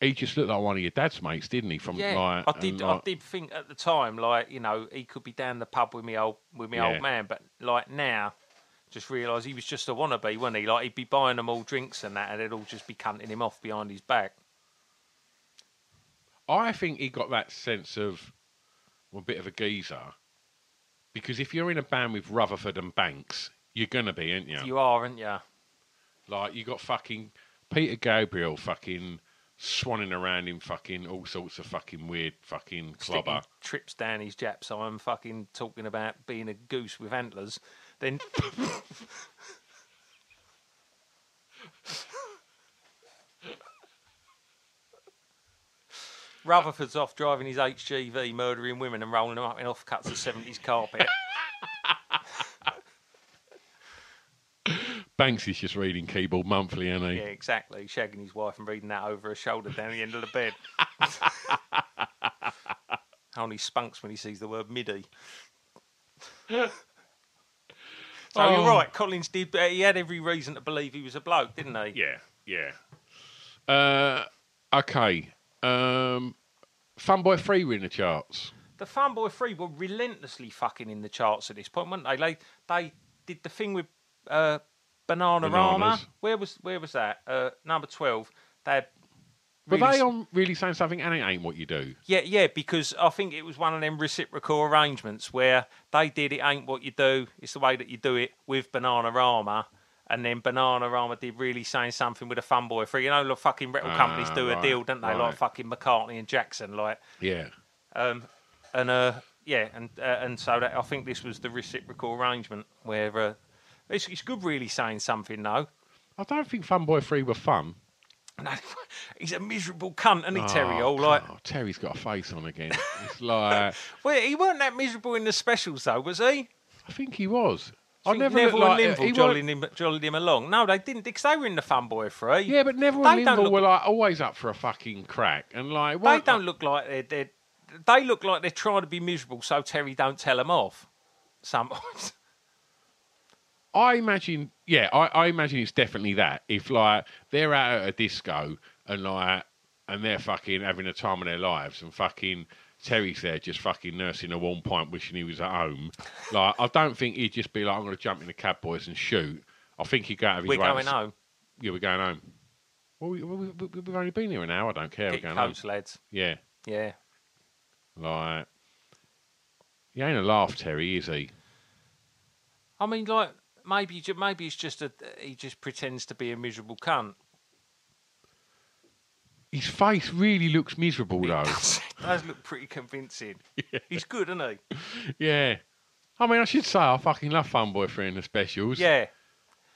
S3: He just looked like one of your dad's mates, didn't he? From
S1: Yeah,
S3: like,
S1: I did.
S3: and,
S1: I
S3: like-
S1: did think at the time, like you know, he could be down the pub with me old with me
S3: Yeah.
S1: old man, but like now, just realise he was just a wannabe, wasn't he? Like he'd be buying them all drinks and that, and they'd all just be cunting him off behind his back.
S3: I think he got that sense of well, a bit of a geezer because if you're in a band with Rutherford and Banks, you're gonna be, aren't you?
S1: You are, aren't you?
S3: Like you got fucking Peter Gabriel fucking swanning around in fucking all sorts of fucking weird fucking clubber.
S1: Sticking trips down his japs. I'm fucking talking about being a goose with antlers. Then Rutherford's off driving his HGV, murdering women and rolling them up in offcuts of 70s carpet.
S3: Banks is just reading Keyboard Monthly, isn't he?
S1: yeah, exactly. Shagging his wife and reading that over her shoulder down the end of the
S3: (laughs)
S1: bed. Only spunks when he sees the word MIDI. so
S3: Oh.
S1: you're right. Collins did. but He had every reason to believe he was a bloke, didn't he?
S3: Yeah, yeah. Uh, okay. Um, Funboy Free were in the charts.
S1: The Farm Boy Three were relentlessly fucking in the charts at this point, weren't they? They they did the thing with uh, Banana Rama.
S3: Bananas.
S1: Where was where was that? Uh, number twelve. They had
S3: Were
S1: really
S3: they on really saying something? And it ain't what you do.
S1: Yeah, yeah, because I think it was one of them reciprocal arrangements where they did it ain't what you do, it's the way that you do it with Banana Rama. And then Banana Rama did really saying something with a fun boy free. You know, the fucking record
S3: Ah,
S1: companies do
S3: right,
S1: a deal, don't they?
S3: right.
S1: Like fucking McCartney and Jackson, like
S3: Yeah.
S1: um, and uh, yeah, and uh, and so that, I think this was the reciprocal arrangement where uh, It's, it's good really saying something, though.
S3: I don't think Fun Boy 3 were fun.
S1: No, (laughs) he's a miserable cunt, isn't he, Terry?
S3: Oh,
S1: All like,
S3: God, Terry's got a face on again.
S1: (laughs)
S3: It's like
S1: well, he weren't that miserable in the specials, though, was he?
S3: I think he was. I,
S1: I think
S3: never
S1: Neville
S3: looked like
S1: and Linville
S3: he
S1: jollied
S3: weren't-
S1: him, jollied him along. No, they didn't, because they were in the Funboy Three.
S3: Yeah, but Neville
S1: They
S3: and
S1: don't
S3: Linville
S1: look-
S3: were like always up for a fucking crack, and like
S1: they
S3: weren't-
S1: don't look like they're, they're they look like they're trying to be miserable, so Terry don't tell them off. Sometimes. (laughs)
S3: I imagine, yeah, I, I imagine it's definitely that. If like they're out at a disco and like and they're fucking having a time of their lives, and fucking Terry's there just fucking nursing a warm pint, wishing he was at home. like I don't think he'd just be like, "I'm going to jump in the cab, boys, and shoot." I think he'd go out of his
S1: We're
S3: way to
S1: going
S3: s-
S1: home.
S3: Yeah, we're going home. Well, we, we, we, we've only been here an hour. I don't care.
S1: Get
S3: we're going
S1: coats,
S3: home.
S1: lads.
S3: Yeah,
S1: Yeah.
S3: like he ain't a laugh, Terry, is he?
S1: I mean, like maybe ju- maybe it's just a he just pretends to be a miserable cunt.
S3: His face really looks miserable
S1: (laughs)
S3: though.
S1: Does look pretty convincing. He's good, isn't he?
S3: Yeah. I mean, I should say I fucking love Fun Boy Three and the specials.
S1: Yeah.
S3: (laughs)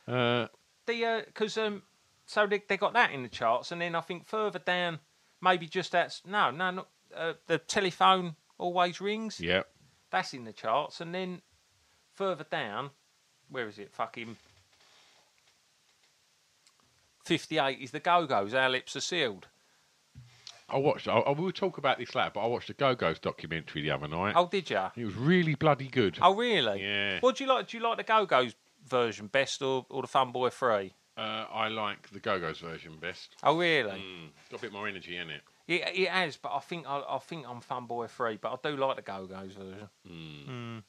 S3: Uh,
S1: The because um, so they they got that in the charts, and then I think further down, maybe just that's no, no, not, uh, the telephone always rings.
S3: yeah.
S1: That's in the charts, and then further down, where is it? Fucking fifty-eight is the Go Go's. Our lips are sealed.
S3: I watched. I, I will talk about this later, but I watched the Go Go's documentary the other night.
S1: Oh, did ya?
S3: It was really bloody good.
S1: Oh, really?
S3: Yeah.
S1: What do you like? Do you like the Go Go's version best or, or the Fun Boy Three?
S3: Uh, I like the Go Go's version best.
S1: Oh, really?
S3: Mm, got a bit more energy in it.
S1: It, it has, but I think I, I think I'm Fun Boy Three, but I do like the Go Go's version.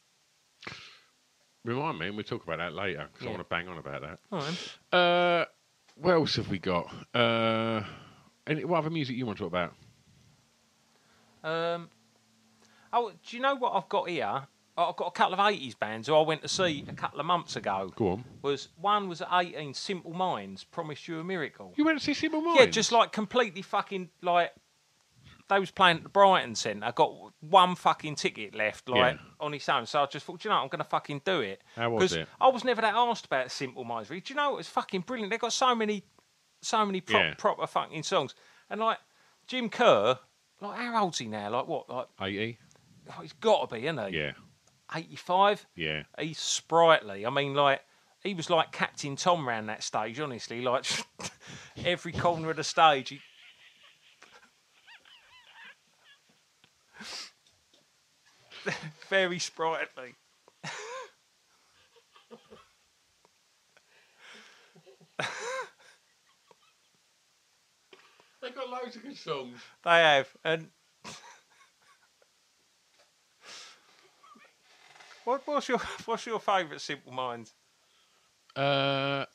S3: Remind me, and we'll talk about that later because I want to bang on about that.
S1: All right.
S3: Uh, what else have we got? Uh, any, what other music you want to talk about?
S1: Um, oh, do you know what I've got here? I- I've got a couple of '80s bands who I went to see a couple of months ago.
S3: Go on.
S1: Was one was at 18, Simple Minds, Promised You a Miracle.
S3: You went to see Simple Minds?
S1: Yeah, just like completely fucking like they was playing at the Brighton Centre. I got one fucking ticket left, like
S3: Yeah.
S1: on its own. So I just thought, "Do you know, what? I'm going to fucking do it.
S3: How was
S1: 'Cause
S3: it?
S1: I was never that asked about Simple Minds. really. Do you know it was fucking brilliant? They got so many, so many prop,
S3: Yeah.
S1: proper fucking songs. And like Jim Kerr, like how old's he now? Like what? Like
S3: eighty.
S1: oh, he's got to be, isn't he?
S3: E? Yeah,
S1: 85.
S3: yeah.
S1: He's sprightly. I mean, like, he was like Captain Tom round that stage, honestly. Like, (laughs) every corner of the stage. He... (laughs) Very sprightly.
S3: They got loads of good songs.
S1: They have. And. (laughs) What, what's your what's your favourite Simple Minds?
S3: Uh,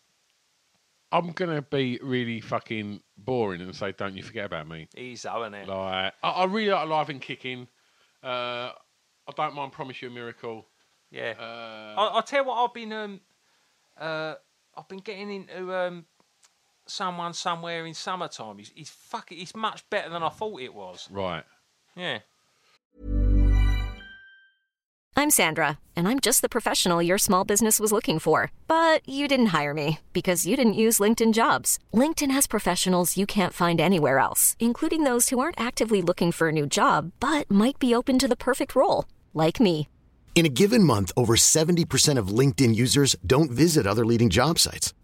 S3: I'm gonna be really fucking boring and say, "Don't you forget about me."
S1: He's isn't it?
S3: Like, I, I really like Alive and Kicking. Uh, I don't mind Promise You a Miracle.
S1: Yeah.
S3: Uh,
S1: I, I tell you what, I've been um, uh, I've been getting into um, someone somewhere in summertime. He's, he's fucking, he's much better than I thought it was.
S3: right.
S1: Yeah,
S4: I'm Sandra, and I'm just the professional your small business was looking for. But you didn't hire me because you didn't use LinkedIn jobs. LinkedIn has professionals you can't find anywhere else, including those who aren't actively looking for a new job but might be open to the perfect role, like me.
S5: In a given month, over 70% of LinkedIn users don't visit other leading job sites.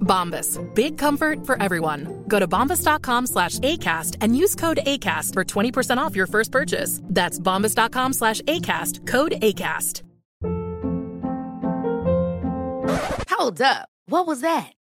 S6: Bombas. Big comfort for everyone. Go to bombas.com slash ACAST and use code ACAST for 20% off your first purchase. That's bombas.com slash ACAST, code ACAST.
S7: Hold up. What was that?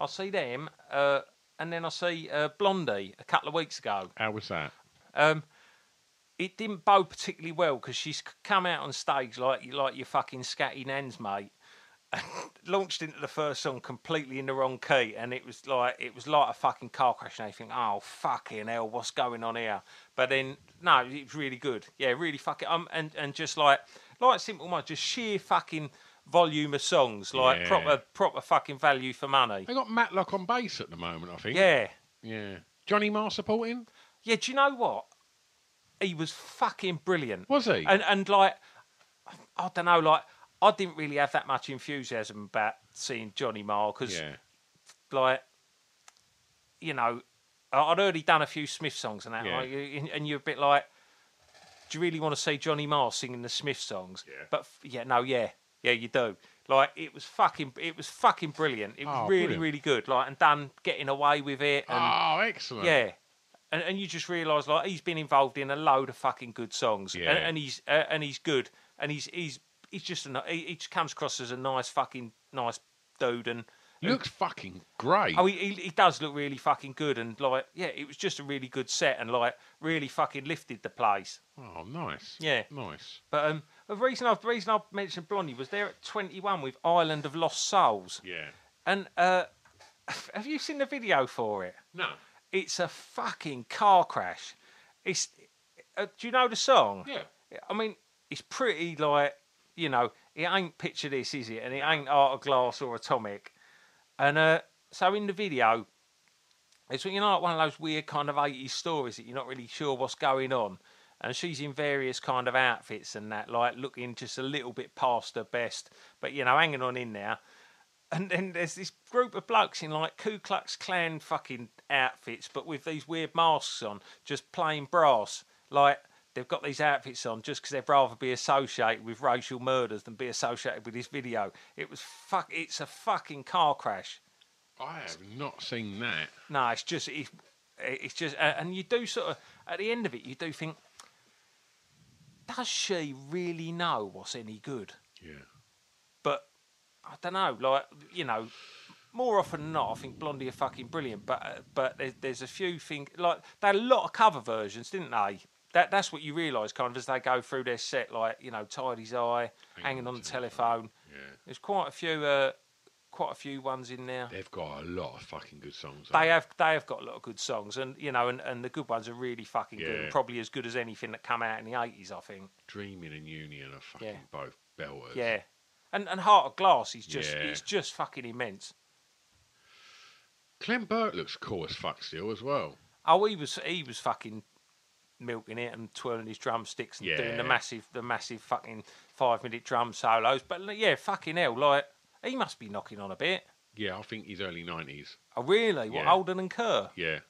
S1: I see them, uh, and then I see uh, Blondie a couple of weeks ago.
S3: How was that?
S1: Um, it didn't bow particularly well because she's c- come out on stage like you like your fucking scatty nans, mate. (laughs) and Launched into the first song completely in the wrong key, and it was like it was like a fucking car crash. And you think, oh fucking hell, what's going on here? But then no, it was really good. Yeah, really fucking um, and and just like like simple mind, just sheer fucking volume of songs, like
S3: Yeah.
S1: proper proper fucking value for money.
S3: They got Matlock on bass at the moment, I think.
S1: Yeah,
S3: Yeah. Johnny Marr supporting?
S1: Yeah, do you know what? He was fucking brilliant.
S3: Was he?
S1: And and like, I don't know, like I didn't really have that much enthusiasm about seeing Johnny Marr because,
S3: Yeah.
S1: like, you know, I- I'd already done a few Smith songs and that,
S3: Yeah.
S1: like, and- and you're a bit like, do you really want to see Johnny Marr singing the Smith songs? Yeah. But f- yeah, no, yeah, yeah, you do. Like it was fucking, it was fucking brilliant. It was
S3: Oh,
S1: really,
S3: brilliant.
S1: really good. Like and done getting away with it. And,
S3: Oh, excellent.
S1: yeah. And, and you just realise like he's been involved in a load of fucking good songs,
S3: Yeah.
S1: and, and he's uh, and he's good, and he's he's he's just a, he, he just comes across as a nice fucking nice dude, and
S3: Looks fucking great.
S1: oh he, he he does look really fucking good, and like yeah, it was just a really good set, and like really fucking lifted the place.
S3: Oh, nice.
S1: Yeah.
S3: Nice.
S1: But um, the reason I the reason I mentioned Blondie was there at twenty one with Island of Lost Souls,
S3: Yeah.
S1: and uh, (laughs) have you seen the video for it?
S3: No.
S1: It's a fucking car crash. It's. Uh, do you know the song?
S3: Yeah.
S1: I mean, it's pretty like you know, it ain't picture this, is it? And it ain't art of glass or atomic. And uh, so in the video, it's you know like one of those weird kind of eighties stories that you're not really sure what's going on. And she's in various kind of outfits and that, like looking just a little bit past her best, but you know, hanging on in there. And then there's this group of blokes in like Ku Klux Klan fucking outfits, but with these weird masks on, just plain brass. Like they've got these outfits on just because they'd rather be associated with racial murders than be associated with this video. It was fuck. It's a fucking car crash.
S3: I have not seen that.
S1: No, it's just it's, it's just, uh, and you do sort of at the end of it, you do think, does she really know what's any good?
S3: Yeah.
S1: But I don't know, like you know, more often than not, I think Blondie are fucking brilliant. But uh, but there's, there's a few things like they had a lot of cover versions, didn't they? That that's what you realise kind of as they go through their set, like you know, Tidy's Eye, Hanging on the Telephone.
S3: Yeah.
S1: There's quite a few, uh, quite a few ones in there
S3: They've got a lot of fucking good songs.
S1: they
S3: haven't
S1: have they have got a lot of good songs, and you know, and, and the good ones are really fucking good,
S3: Yeah.
S1: and probably as good as anything that come out in the eighties, I think.
S3: Dreaming and Union are fucking
S1: Yeah.
S3: both belters.
S1: Yeah, and and Heart of Glass is just
S3: Yeah.
S1: it's just fucking immense.
S3: Clem Burke looks cool as fuck still as well.
S1: Oh, he was he was fucking milking it and twirling his drumsticks and doing
S3: Yeah.
S1: the massive the massive fucking five minute drum solos. But like, yeah, fucking hell, like he must be knocking on a bit.
S3: Yeah, I think he's early 90s.
S1: Oh, really? What
S3: Yeah.
S1: older than Kerr?
S3: Yeah.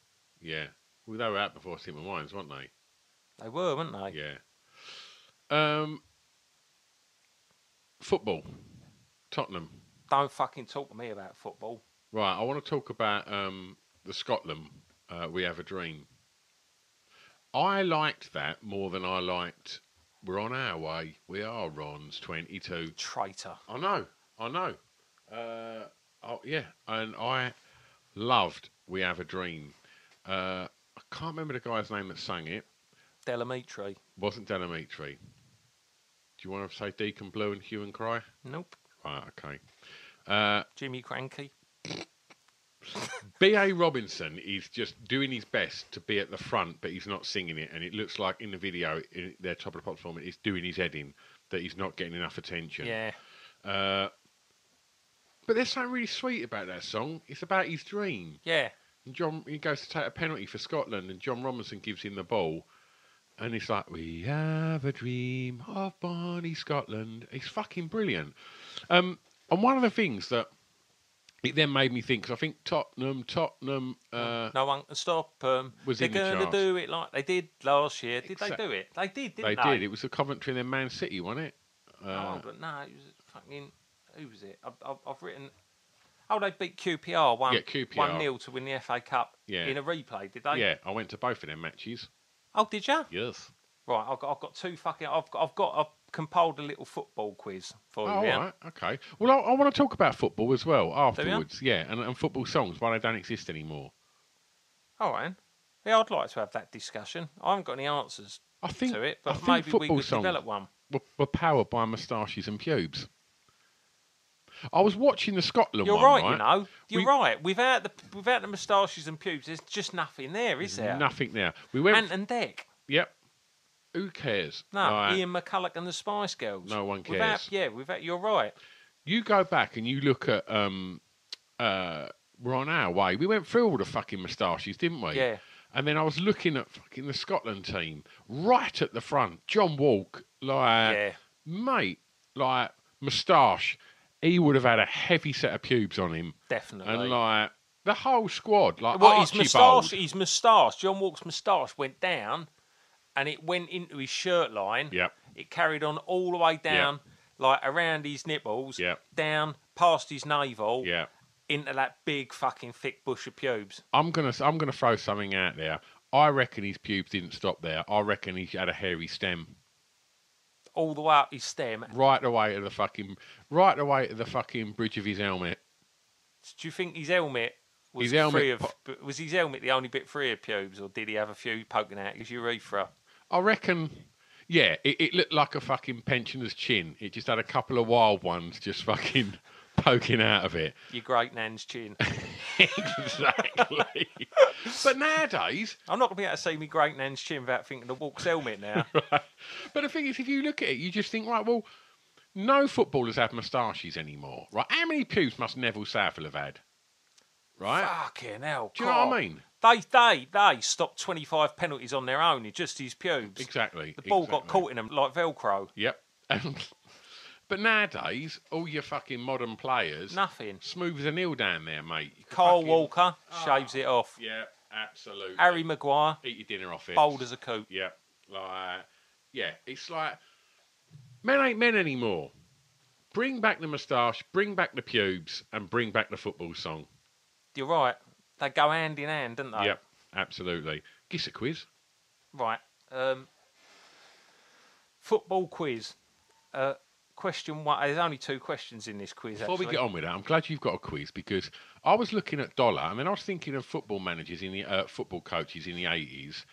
S3: Yeah. Well, they were out before Simple Minds, weren't they?
S1: They were, weren't they?
S3: Yeah. Um, football. Tottenham.
S1: Don't fucking talk to me about football.
S3: Right, I want to talk about um, the Scotland. Uh, we have a dream. I liked that more than I liked. We're on our way. We are Ron's twenty-two.
S1: Traitor.
S3: I know. I know. Uh, oh yeah, and I loved "We Have a Dream." Uh, I can't remember the guy's name that sang it.
S1: Delamitri.
S3: Wasn't Delamitri. Do you want to say Deacon Blue and Hue and Cry?
S1: Nope.
S3: Right, okay. Uh,
S1: Jimmy Cranky.
S3: B.A. Robinson is just doing his best to be at the front, but he's not singing it. And it looks like in the video, in their top of the pops format, he's doing his head in that he's not getting enough attention.
S1: Yeah.
S3: Uh, but there's something really sweet about that song. It's about his dream.
S1: Yeah.
S3: And John he goes to take a penalty for Scotland, and John Robinson gives him the ball. And it's like, we have a dream of Barney Scotland. It's fucking brilliant. Um, and one of the things that It then made me think 'cause I think Tottenham, Tottenham, uh,
S1: no one can stop them.
S3: Was
S1: They're
S3: in the
S1: going to
S3: charts.
S1: do it like they did last year. Did
S3: Exact-
S1: they do it? They did,
S3: they
S1: didn't they?
S3: did. It uh, was the Coventry and then Man City, wasn't it?
S1: oh, but no, it was fucking. Who was it? I've, I've, I've written. Oh, they beat QPR one
S3: Yeah, QPR.
S1: one 0 to win the FA Cup
S3: Yeah.
S1: in a replay. Did they?
S3: yeah, I went to both of them matches.
S1: Oh, did you?
S3: Yes.
S1: Right, I've got, I've got two fucking. I've got, I've got, I've compiled a little football quiz
S3: Oh,
S1: for
S3: all
S1: you. yeah?
S3: right, okay. Well, I, I want to talk about football as well
S1: we are?
S3: afterwards. Yeah, and, and football songs, why they don't exist anymore.
S1: All right. Yeah, I'd like to have that discussion. I haven't got any answers
S3: I think
S1: to it,
S3: I
S1: but
S3: think
S1: maybe we
S3: football
S1: could
S3: songs
S1: develop one.
S3: Were, were powered by moustaches and pubes. I was watching the Scotland
S1: You're
S3: one.
S1: right, you know. You're
S3: We-
S1: right. Without the without the moustaches and pubes, there's just nothing there, is there?
S3: Nothing there. We went.
S1: Ant and Deck.
S3: yep. Who cares?
S1: No,
S3: Right.
S1: Ian McCulloch and the Spice Girls.
S3: No one
S1: Without,
S3: cares.
S1: yeah, without, you're right.
S3: you go back and you look at um uh we're on our way. We went through all the fucking moustaches, didn't we?
S1: Yeah.
S3: And then I was looking at fucking the Scotland team right at the front. John Walk, like
S1: Yeah.
S3: mate, like moustache. He would have had a heavy set of pubes on him,
S1: Definitely.
S3: and like the whole squad, like
S1: Well, his
S3: Archibald.
S1: moustache, his moustache, John Walk's moustache went down, and it went into his shirt line.
S3: Yep.
S1: It carried on all the way down, like around his nipples,
S3: Yep.
S1: down past his navel,
S3: Yeah.
S1: into that big fucking thick bush of pubes.
S3: I'm gonna I'm gonna throw something out there. I reckon his pubes didn't stop there. I reckon he had a hairy stem
S1: all the way up his stem.
S3: right away to the fucking right away to the fucking bridge of his helmet.
S1: Do you think his helmet was
S3: His helmet
S1: free of?
S3: po-
S1: b- was his helmet the only bit free of pubes, or did he have a few poking out his urethra?
S3: I reckon, yeah, it, it looked like a fucking pensioner's chin. It just had a couple of wild ones just fucking (laughs) poking out of it. (laughs)
S1: Your great nan's chin.
S3: exactly. but nowadays,
S1: I'm not gonna be able to see me great nan's chin without thinking of Walk's helmet
S3: (laughs)
S1: now.
S3: but the thing is, if you look at it, you just think, right, well, no footballers have moustaches anymore, right? How many pubes must Neville Southall have had, right?
S1: Fucking hell!
S3: Do you know what I
S1: God.
S3: mean?
S1: They they they stopped 25 penalties on their own in just his pubes.
S3: Exactly.
S1: The ball got
S3: exactly.
S1: caught in them like Velcro.
S3: Yep. (laughs) but nowadays, all your fucking modern players,
S1: Nothing.
S3: smooth as a nail down there, mate. You can
S1: Carl
S3: fucking-
S1: Walker shaves it off.
S3: Yeah, absolutely.
S1: Harry Maguire,
S3: eat your dinner off it.
S1: bold as a coop.
S3: Yeah, like yeah, it's like men ain't men anymore. Bring back the moustache, bring back the pubes, and bring back the football song.
S1: You're right. They go hand in hand, don't they?
S3: Yep, absolutely. Give us a quiz.
S1: Right. Um, football quiz. Uh, question one. There's only two questions in this quiz.
S3: Before we
S1: actually.
S3: get on with that, I'm glad you've got a quiz because I was looking at dollar, and then I was thinking of football managers in the uh, football coaches in the 80s,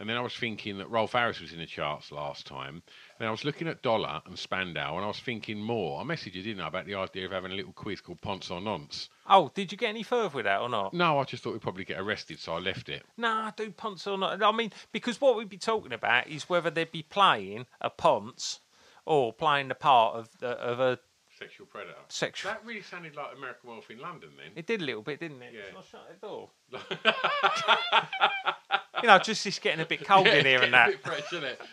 S3: and then I was thinking that Rolf Harris was in the charts last time, and I was looking at dollar and Spandau, and I was thinking more. I messaged you, didn't I, about the idea of having a little quiz called Ponce or Nonce.
S1: Oh, did you get any further with that or not?
S3: No, I just thought we'd probably get arrested, so I left it.
S1: Nah, do punts or not. I mean, because what we'd be talking about is whether they'd be playing a ponce or playing the part of the, of a
S3: Sexual predator.
S1: sexual.
S3: That really sounded like American Wealth in London then.
S1: It did a little bit, didn't it?
S3: Yeah.
S1: I shut the door. (laughs) you know, just it's getting a bit cold in here and
S3: (laughs)
S1: that.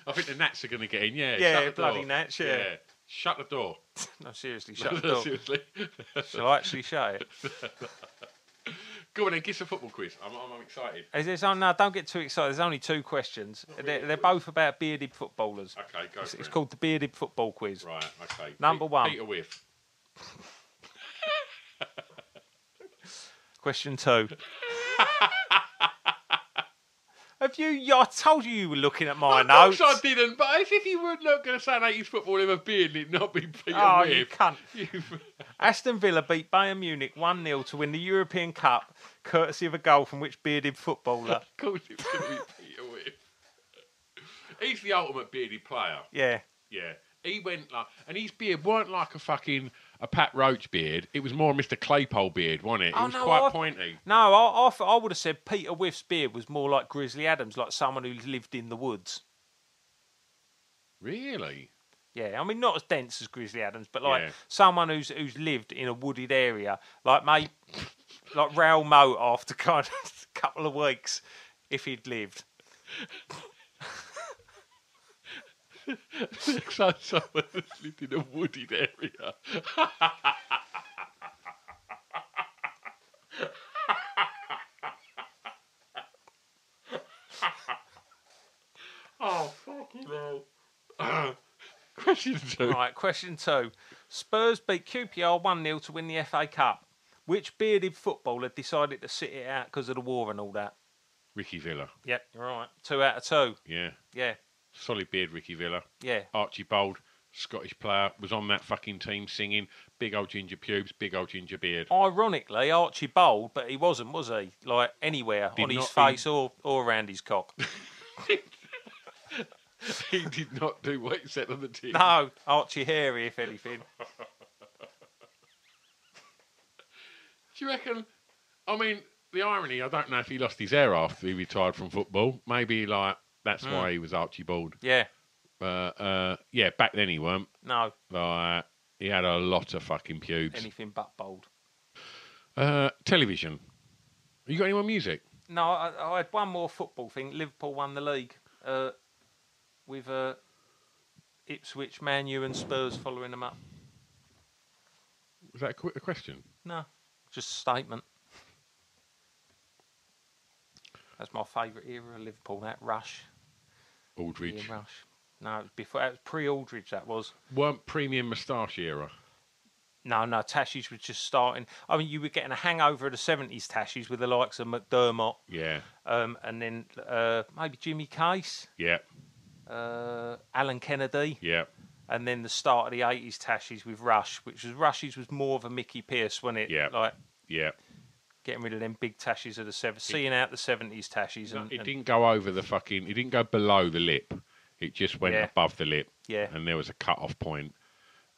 S3: I think the Nats are going to get in, yeah.
S1: Yeah,
S3: shut the
S1: bloody
S3: door.
S1: Nats, yeah.
S3: Shut the door.
S1: No, seriously,
S3: (laughs)
S1: shut the door. (laughs)
S3: Seriously.
S1: Shall I actually shut it?
S3: Go on then, give us a fofootball quiz. I'm, I'm, I'm excited.
S1: Is there some- no, don't get too excited. There's only two questions. They're, they're both about bearded footballers.
S3: Okay, go
S1: It's,
S3: for
S1: it's
S3: it.
S1: called the bearded football quiz.
S3: Right, okay.
S1: Number
S3: Pe-
S1: one.
S3: Peter Whiff.
S1: Question
S3: (laughs)
S1: two. Have you? I told you you were looking at my
S3: Of
S1: notes.
S3: course I didn't, but as if you were not going to say an 80s football in a beard and it not be Peter
S1: Oh,
S3: Whiff. (laughs)
S1: you cunt.
S3: You-
S1: Aston Villa beat Bayern Munich 1 0 to win the European Cup, courtesy of a goal from which bearded
S3: (laughs)
S1: footballer?
S3: of course it was going to be Peter Whiff. (laughs) He's the ultimate bearded player.
S1: Yeah.
S3: Yeah. He went like, and his beard weren't like a fucking a Pat Roach beard. It was more a Mr. Claypole beard, wasn't it? It
S1: Oh,
S3: was
S1: no,
S3: quite
S1: I-
S3: pointy.
S1: No, I, I, th- I would have said Peter Whiff's beard was more like Grizzly Adams, like someone who lived in the woods.
S3: Really?
S1: Yeah, I mean not as dense as Grizzly Adams, but like
S3: Yeah.
S1: someone who's who's lived in a wooded area, like mate, like Raoul Mo after kind of (laughs) a couple of weeks, if he'd
S3: (laughs)
S1: lived.
S3: Looks like someone that's lived in a wooded area. Question two.
S1: Right, question two. Spurs beat QPR 1 0 to win the FA Cup. Which bearded footballer decided to sit it out because of the war and all that?
S3: Ricky Villa.
S1: Yep, you're right. Two out of two.
S3: Yeah.
S1: Yeah,
S3: Solid beard, Ricky Villa.
S1: yeah.
S3: Archie Bold, Scottish player, was on that fucking team singing. Big old ginger pubes, big old ginger beard.
S1: Oh. Ironically, Archie bowled, but he wasn't, was he? Like anywhere
S3: Did
S1: on his
S3: not
S1: face or, or around his
S3: (laughs)
S1: cock.
S3: (laughs) he did not do what he said on the tin.
S1: no, Archie hairy, if anything.
S3: Do you reckon? I mean, the irony, I don't know if he lost his hair after he retired from football. Maybe, like, that's why he was Archie Bald.
S1: Yeah,
S3: But, uh, yeah, back then he weren't.
S1: no,
S3: Like, he had a lot of fucking pubes.
S1: anything but bold.
S3: Uh, television. You got any more music?
S1: No, I, I had one more football thing. Liverpool won the league uh, with uh, Ipswich, Man U, and Spurs following them up.
S3: Was that a, qu- a question?
S1: No, just a statement. That's my favourite era of Liverpool. That rush, Ian
S3: Aldridge.
S1: Rush. No, it was before. That was pre-Aldridge. That was.
S3: Weren't premium moustache era.
S1: No, no, Tashies was just starting. I mean, you were getting a hangover of the seventies Tashies with the likes of McDermott,
S3: Yeah.
S1: um, and then uh, maybe Jimmy Case,
S3: Yeah.
S1: uh, Alan Kennedy,
S3: Yeah.
S1: and then the start of the eighties Tashies with Rush, which was Rush's was more of a Mickey Pierce, wasn't it?
S3: Yeah.
S1: like
S3: Yeah.
S1: getting rid of them big Tashies of the seventies, seeing out the seventies Tashies,
S3: No,
S1: and,
S3: it
S1: and-
S3: didn't go over the fucking. It didn't go below the lip. It just went
S1: Yeah.
S3: above the lip.
S1: Yeah.
S3: And there was a cut off point.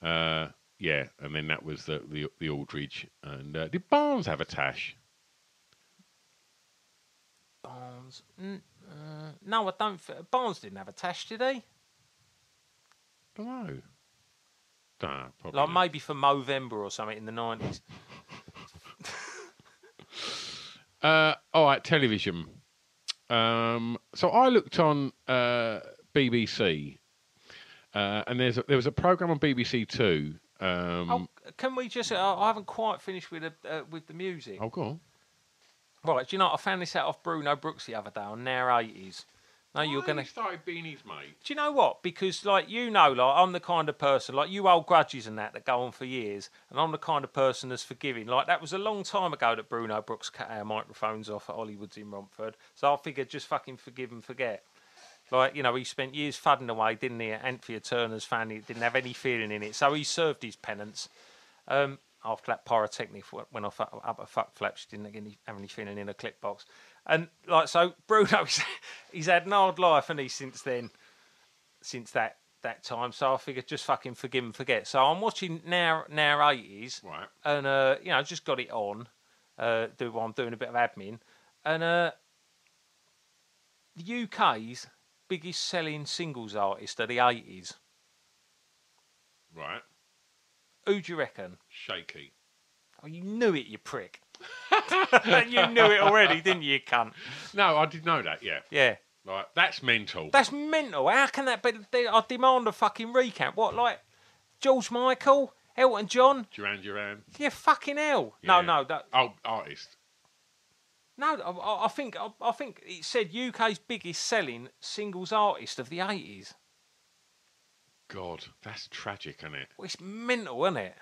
S3: Uh, yeah. And then that was the the, the Aldridge. And uh, did Barnes have a tash?
S1: Barnes. Mm, uh, no, I don't. Th- Barnes didn't have a Tash, did he?
S3: Don't know. Nah, probably.
S1: Like
S3: not.
S1: maybe for Movember or something in the nineties.
S3: Uh, all right, television. Um, so I looked on uh, BBC, uh, and there's a, there was a program on BBC Two. Um,
S1: Oh, can we just? Uh, I haven't quite finished with the uh, with the music.
S3: oh, go on.
S1: Right, do you know? what? I found this out off Bruno Brooks the other day on Now Eighties. No, you're gonna.
S3: started beanies, mate.
S1: Do you know what? Because like you know, like I'm the kind of person like you hold grudges and that that go on for years, and I'm the kind of person that's forgiving. Like that was a long time ago that Bruno Brooks cut our microphones off at Hollywood's in Romford, so I figured just fucking forgive and forget. Like you know, he spent years fudding away, didn't he? At Anthea Turner's family didn't have any feeling in it, so he served his penance. Um, after that pyrotechnic f- went off up up a fuck flap, she didn't get any, have any feeling in her clip box. And like so, Bruno's (laughs) he's had an hard life, and he since then since that that time. So I figured just fucking forgive and forget. So I'm watching now now eighties,
S3: Right.
S1: And uh, you know, just got it on. Uh, do while I'm doing a bit of admin, and uh, the UK's biggest selling singles artist of the eighties.
S3: Right.
S1: Who do you reckon?
S3: Shaky.
S1: Oh, you knew it, you prick. (laughs) you knew it already, didn't you, you cunt?
S3: No, I did know that. Yeah.
S1: Yeah.
S3: Right. That's mental.
S1: That's mental. How can that be? they- I demand a fucking recount. What, like George Michael, Elton John?
S3: Duran Duran.
S1: Yeah, fucking hell. No,
S3: Yeah.
S1: no, that,
S3: Oh, artist.
S1: no. I- I, I think I, I think it said UK's biggest selling singles artist of the eighties.
S3: God, that's tragic, isn't it?
S1: Well, it's mental, isn't it?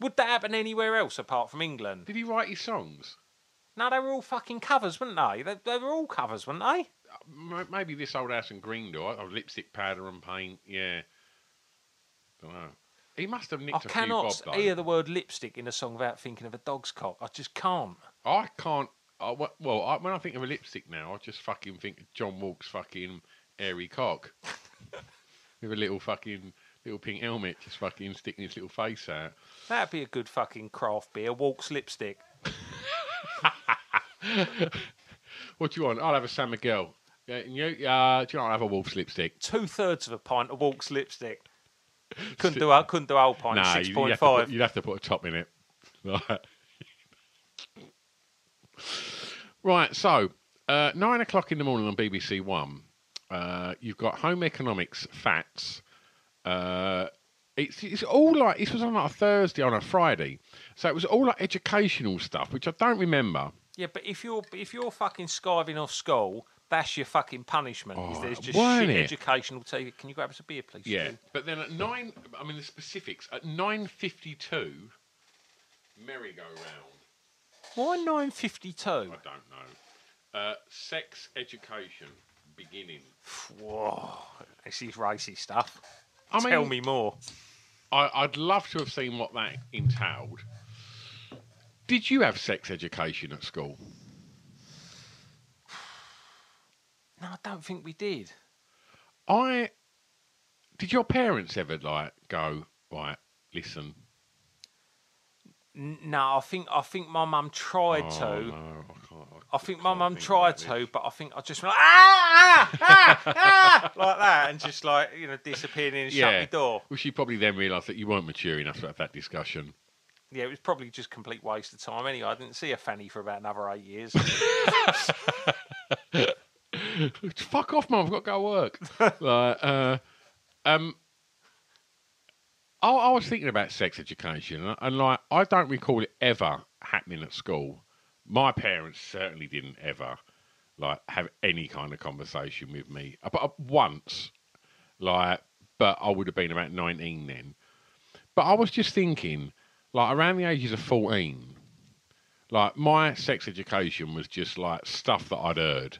S1: Would that happen anywhere else apart from England?
S3: Did he write his songs?
S1: No, they were all fucking covers, weren't they? They, they were all covers, weren't they?
S3: M- maybe this old house in Green Door. Oh, lipstick powder and paint. Yeah. Don't know. He must have nicked a
S1: I
S3: few bob
S1: cannot
S3: though.
S1: hear the word lipstick in a song without thinking of a dog's cock. I just can't.
S3: I can't. I, wh- well, I, when I think of a lipstick now, I just fucking think of John Walk's fucking airy
S1: (laughs)
S3: cock with a little fucking little pink helmet, just fucking sticking his little face out.
S1: That'd be a good fucking craft beer. Walks lipstick.
S3: What do you want? I'll have a San Miguel. Yeah, and you? Uh, do you know I'll have a wolf's lipstick?
S1: Two thirds of a pint of Walks
S3: (laughs)
S1: lipstick. Couldn't do. a- Couldn't do a whole pint.
S3: Nah,
S1: Six
S3: you- you'd
S1: point
S3: have, to put,
S1: five.
S3: you'd have to put a top in it. (laughs) Right. right. So, uh, nine o'clock in the morning on BBC One, uh, you've got home economics facts. Uh, it's, it's all like this was on like a Thursday on a Friday, so it was all like educational stuff, which I don't remember.
S1: Yeah, but if you're if you're fucking skiving off school, That's your fucking punishment. is
S3: Oh,
S1: there's just
S3: weren't
S1: shit
S3: it?
S1: educational TV. Can you grab us a beer, please?
S3: Yeah,
S1: Stu?
S3: but then at nine, I mean the specifics at nine fifty-two, merry-go-round.
S1: Why 952?
S3: I don't know. Uh, sex education beginning.
S1: Whoa. This is racy stuff.
S3: I
S1: Tell
S3: mean-
S1: me more.
S3: I, I'd love to have seen what that entailed. Did you have sex education at school?
S1: No, I don't think we did.
S3: I did. Your parents ever like go right? Listen,
S1: N- No, I think I think my mum tried to.
S3: Oh, no, I can't.
S1: I think my mum
S3: think
S1: tried
S3: about
S1: to, but I think I just went ah ah
S3: (laughs)
S1: ah, ah like that, and just like you know disappeared in and
S3: yeah.
S1: shut the door.
S3: Well, she probably then realised that you weren't mature enough to have that discussion.
S1: Yeah, it was probably just complete waste of time. Anyway, I didn't see a fanny for about another eight years.
S3: Fuck off, mum! I've got to go work.
S1: (laughs)
S3: like, uh, um, I, I was thinking about sex education, and, and like I don't recall it ever happening at school. My parents certainly didn't ever like have any kind of conversation with me, Uh, but uh, once, like, but I would have been about nineteen then. But I was just thinking, like around the ages of fourteen, like my sex education was just like stuff that I'd heard,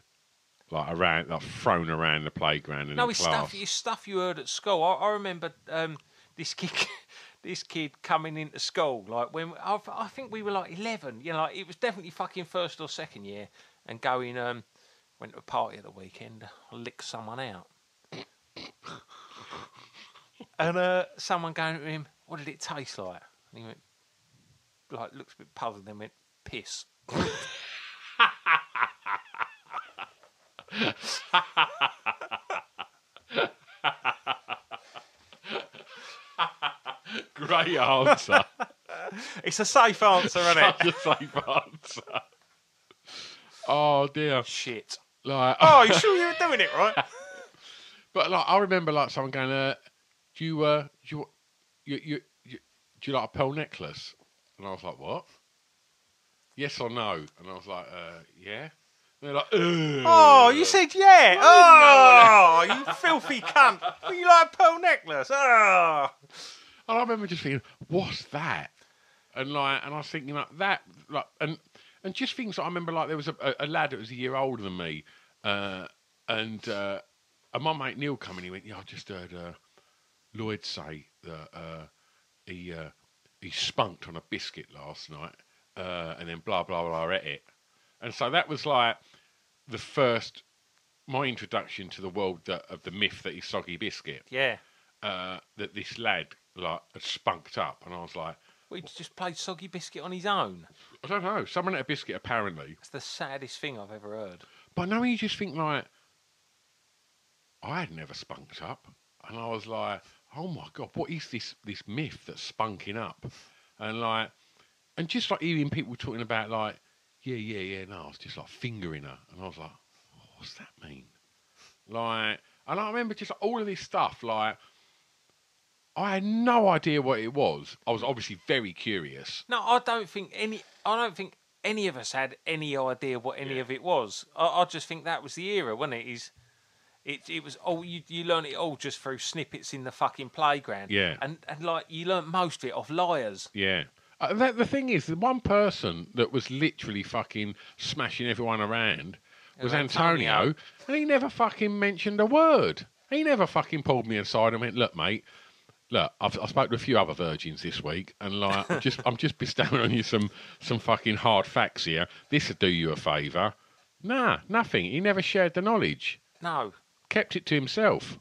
S3: like around, like thrown around the playground and
S1: no,
S3: in
S1: it's
S3: class.
S1: stuff you stuff you heard at school. I, I remember um, this kid (laughs) this kid coming into school like when I, I think we were like eleven. You know, like, it was definitely fucking first or second year, and going um went to a party at the weekend. I licked someone out, and uh, someone going to him, "What did it taste like?" And he went like looked a bit puzzled, then went piss. (laughs)
S3: Great answer.
S1: It's a safe answer, isn't (laughs) it?
S3: Such a safe answer. Oh dear.
S1: Shit.
S3: Like,
S1: (laughs) Oh, you sure you were doing it right?
S3: but like, I remember like someone going, uh, "Do you, uh, do you, you, you, you, do you like a pearl necklace?" And I was like, "What?" Yes or no? And I was like, uh, "Yeah." And they're like, "Ugh."
S1: Oh, you said yeah. Oh, you filthy cunt. Well, you like a pearl necklace. Oh.
S3: And I remember just thinking, "What's that?" And like, and I was thinking like that, like, and and just things. that I remember like there was a, a, a lad that was a year older than me, uh, and uh, and my mate Neil come and he went, "Yeah, I just heard uh, Lloyd say that uh, he uh, he spunked on a biscuit last night, uh, and then blah blah blah I ate it." And so that was like the first my introduction to the world that, of the myth that is soggy biscuit
S1: (laughs) Yeah.
S3: uh, that this lad like had spunked up, and I was like,
S1: Well, he just played Soggy Biscuit on his own.
S3: I don't know, someone ate a biscuit apparently.
S1: That's the saddest thing I've ever heard.
S3: But now you just think like, I had never spunked up, and I was like, oh my god, what is this this myth that's spunking up, and like, and just like hearing people talking about like, yeah, yeah, yeah, no, I was just like fingering her, and I was like, "Oh, what's that mean? Like, and I remember just all of this stuff. Like, I had no idea what it was. I was obviously very curious.
S1: No, I don't think any. I don't think any of us had any idea what any of it was. I, I just think that was the era, wasn't it? Is it? It was all you. You learn it all just through snippets in the fucking playground.
S3: Yeah.
S1: And and like you learn most of it off liars.
S3: Yeah. Uh, the, the thing is, the one person that was literally fucking smashing everyone around was Antonio,
S1: Antonio.
S3: and he never fucking mentioned a word. He never fucking pulled me aside and went, "Look, mate, look, I've, I spoke to a few other virgins this week, and like, I'm just, I'm just bestowing on you some, some fucking hard facts here. This would do you a favour." Nah, nothing. He never shared the knowledge.
S1: No,
S3: Kept it to himself.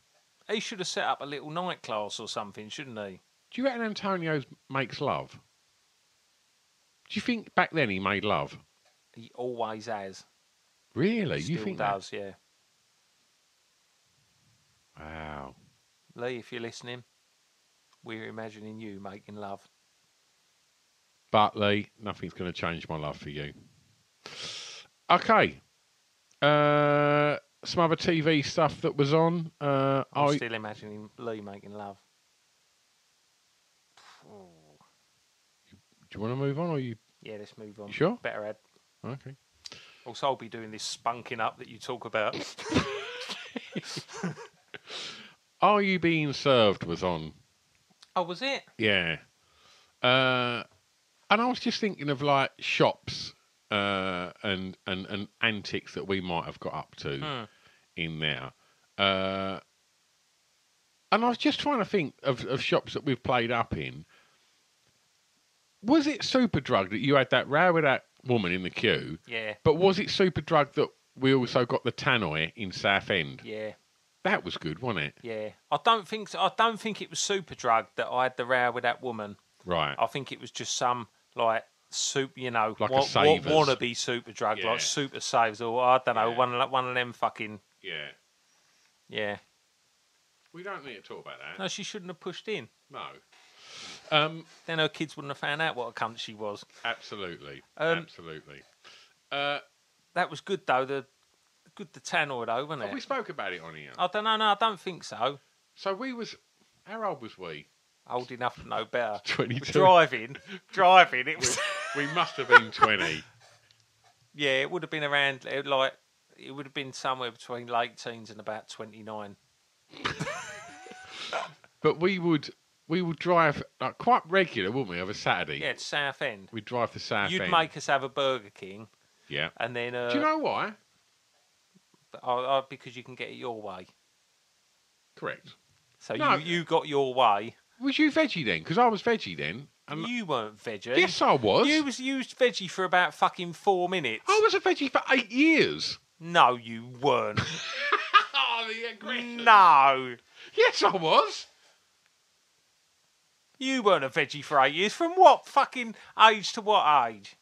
S1: he should have set up a little night class or something, shouldn't he?
S3: Do you reckon Antonio makes love? Do you think back then he made love?
S1: He always has.
S3: Really?
S1: Still
S3: you think that?
S1: does, yeah.
S3: Wow.
S1: Lee, if you're listening, we're imagining you making love.
S3: But Lee, nothing's going to change my love for you. Okay. Uh, some other TV stuff that was on. Uh,
S1: I'm
S3: I,
S1: still imagining Lee making love.
S3: do you want to move on? Or you
S1: Yeah, let's move on.
S3: Sure.
S1: Better add.
S3: okay?
S1: Also, I'll be doing this spunking up that you talk about.
S3: Are you being served? Was on.
S1: (coughs) oh, was it?
S3: Yeah. Uh, and I was just thinking of like shops uh, and, and and antics that we might have got up to
S1: Hmm.
S3: in there. Uh, and I was just trying to think of, of shops that we've played up in. Was it Superdrug that you had that row with that woman in the queue?
S1: Yeah.
S3: But was it Superdrug that we also got the Tannoy in Southend?
S1: Yeah.
S3: That was good, wasn't it?
S1: Yeah. I don't think so. I don't think it was Superdrug that I had the row with that woman.
S3: Right.
S1: I think it was just some like soup, you know,
S3: Like a
S1: what,
S3: Savers.
S1: wannabe super drug,
S3: Yeah.
S1: like super saves, or I don't know,
S3: Yeah.
S1: one of- one of them fucking
S3: Yeah.
S1: yeah.
S3: We don't need to talk about that.
S1: No, she shouldn't have pushed in.
S3: No. Um,
S1: Then her kids wouldn't have found out what a cunt she was.
S3: absolutely.
S1: Um,
S3: absolutely. Uh,
S1: That was good though. The good the tannoy though, wasn't
S3: oh,
S1: it?
S3: we spoke about it on here.
S1: I don't know. No, I don't think so.
S3: So we was, how old was (laughs) we?
S1: Old enough to know
S3: (laughs)
S1: better.
S3: 22.
S1: Driving, driving. It was (laughs)
S3: We must have been 20.
S1: yeah. It would have been around eh, like it would have been somewhere between late teens and about twenty nine.
S3: But we would, we would drive like, quite regular, wouldn't we, over Saturday?
S1: Yeah, it's South End.
S3: We'd drive to South
S1: You'd
S3: End.
S1: make us have a Burger King,
S3: Yeah.
S1: and then uh,
S3: Do you know why?
S1: I, I, because you can get it your way.
S3: Correct.
S1: So
S3: No.
S1: you, you got your way.
S3: Was you veggie then? Because I was veggie then. And
S1: you weren't veggie.
S3: yes, I was.
S1: You was used veggie for about fucking four minutes.
S3: I was a veggie for eight
S1: (laughs)
S3: years.
S1: No, you
S3: (laughs)
S1: weren't.
S3: Oh, the aggression.
S1: no,
S3: Yes, I was.
S1: you weren't a veggie for eight years. From what fucking age to what age?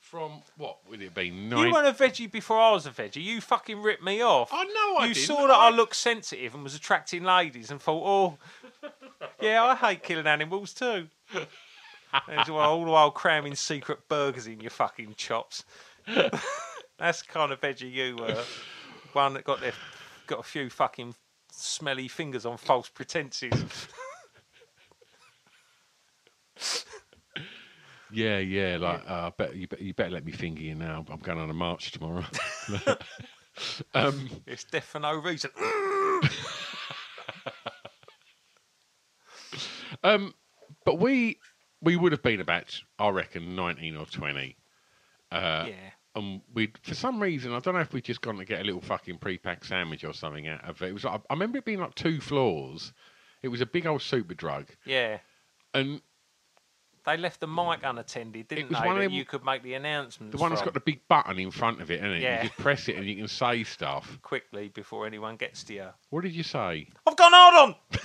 S3: From what would it be?
S1: You
S3: Nine.
S1: weren't a veggie before I was a veggie. You fucking ripped me off.
S3: I know I
S1: You
S3: didn't.
S1: saw that I looked sensitive and was attracting ladies and thought, oh, yeah, I hate killing animals too. That's why all the while cramming secret burgers in your fucking chops. (laughs) That's the kind of veggie you were. One that got their, got a few fucking smelly fingers on false pretenses.
S3: Yeah, yeah. Like, Uh, I bet you, bet you better let me finger you now. I'm going on a march tomorrow. (laughs) um,
S1: It's death for no reason.
S3: um, but we we would have been about, I reckon, 19 or 20. Uh.
S1: yeah.
S3: And we, for some reason, I don't know if we'd just gone to get a little fucking pre-packed sandwich or something out of it. It was, like- I remember it being like two floors. It was a big old super drug,
S1: Yeah.
S3: and
S1: They left the mic unattended, didn't
S3: was
S1: they?
S3: one of
S1: That
S3: them-
S1: you could make the announcements.
S3: the one that's
S1: from
S3: got the big button in front of it, isn't it?
S1: Yeah.
S3: You just press it and you can say stuff.
S1: quickly before anyone gets to you.
S3: What did you say?
S1: I've gone hard on.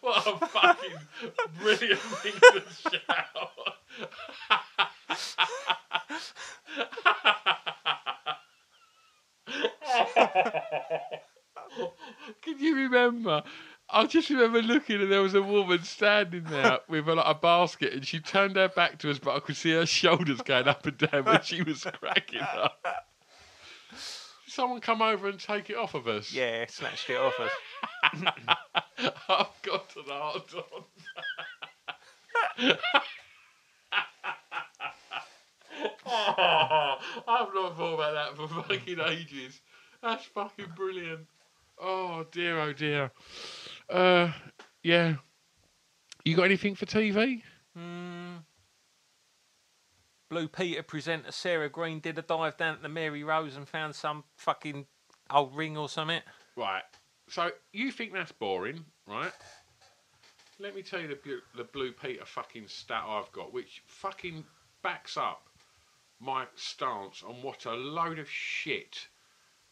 S3: What a fucking brilliant thing to shout. Can you remember? I just remember looking and there was a woman standing there with a, like, a basket and she turned her back to us, but I could see her shoulders going up and down when she was cracking up. Someone come over and take it off of us.
S1: Yeah, snatched it off us.
S3: I've got an hard on. oh, I've not thought about that for fucking ages. That's fucking brilliant. Oh dear, oh dear. Uh, yeah. You got anything for TV?
S1: Blue Peter presenter Sarah Green did a dive down at the Mary Rose and found some fucking old ring or something.
S3: Right. So you think that's boring, right? Let me tell you the bu- the blue Peter fucking stat I've got, which fucking backs up my stance on what a load of shit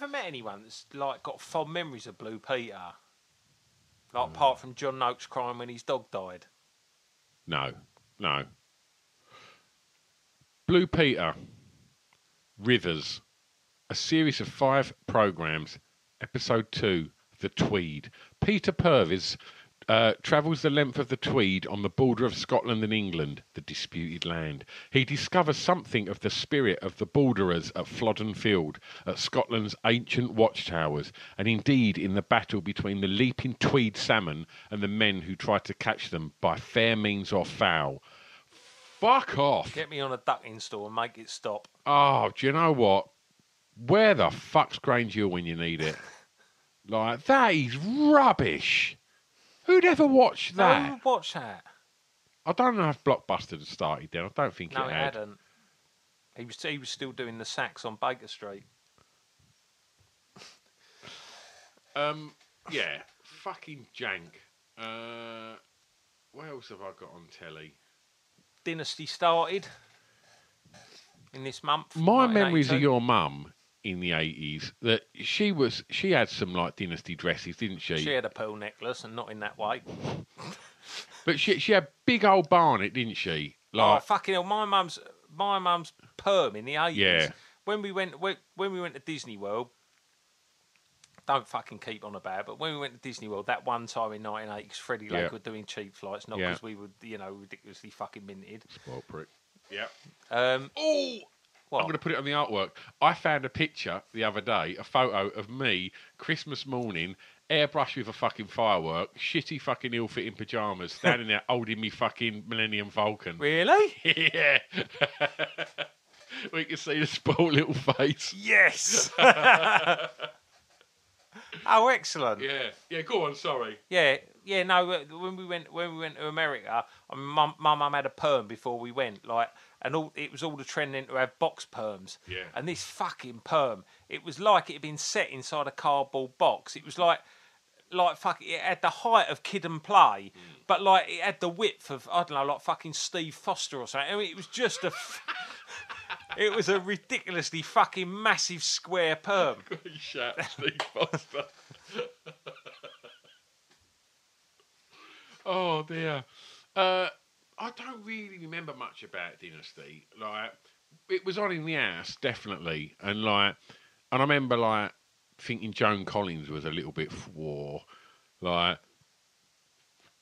S1: Have met anyone that's like got fond memories of Blue Peter? Like apart from John Noakes crying when his dog died.
S3: No, no. Blue Peter, Rivers, a series of five programs, episode two, The Tweed. Peter Purvis uh, travels the length of the Tweed on the border of Scotland and England, the disputed land. He discovers something of the spirit of the borderers at Flodden Field, at Scotland's ancient watchtowers, and indeed in the battle between the leaping Tweed salmon and the men who tried to catch them by fair means or foul. Fuck off!
S1: Get me on a ducking store and make it stop.
S3: Oh, do you know what? Where the fuck's Grange Hill when you
S1: (laughs)
S3: need it? like that is rubbish. Who'd ever watch
S1: No,
S3: that?
S1: who would watch that?
S3: I don't know if Blockbuster had started then. I don't think
S1: No,
S3: it
S1: it
S3: had.
S1: hadn't. He was he was still doing the sacks on Baker Street.
S3: Um, yeah, fucking jank. Uh, what else have I got on telly?
S1: Dynasty started in this month.
S3: My memories of
S1: 1982.
S3: your mum in the eighties that she was she had some like dynasty dresses, didn't she?
S1: She had a pearl necklace and not in that way.
S3: But she she had big old barnet, didn't she?
S1: Oh
S3: Like
S1: fucking hell! My mum's my mum's perm in the eighties.
S3: Yeah.
S1: When we went when when we went to Disney World, don't fucking keep on about. it, But when we went to Disney World that one time in nineteen eighty, because Freddie Lake
S3: Yeah.
S1: were doing cheap flights, not
S3: Yeah.
S1: because we were you know ridiculously fucking minted.
S3: well, prick. Yeah.
S1: Um,
S3: Oh,
S1: what?
S3: I'm going to put it on the artwork. I found a picture the other day, a photo of me Christmas morning, airbrushed with a fucking firework, shitty fucking ill-fitting (laughs) pajamas, standing there holding me fucking Millennium Falcon.
S1: Really?
S3: (laughs) yeah. (laughs) we can see the spoiled little face. (laughs)
S1: Yes. (laughs) oh, excellent.
S3: Yeah. Yeah. Go on. Sorry.
S1: Yeah, yeah. No, uh, when we went when we went to America, I mean, my my mum had a perm before we went, like, and all it was all the trend then to have box perms.
S3: Yeah.
S1: And this fucking perm, it was like it had been set inside a cardboard box. It was like. Like fuck, it had the height of kid and play, but like it had the width of I don't know, like fucking Steve Foster or something. I mean, it was just a, f- (laughs) it was a ridiculously fucking massive square perm.
S3: Shout, Steve Foster. oh dear. Uh, I don't really remember much about Dynasty. Like it was on in the ass, definitely, and like, and I remember like thinking Joan Collins was a little bit war, like.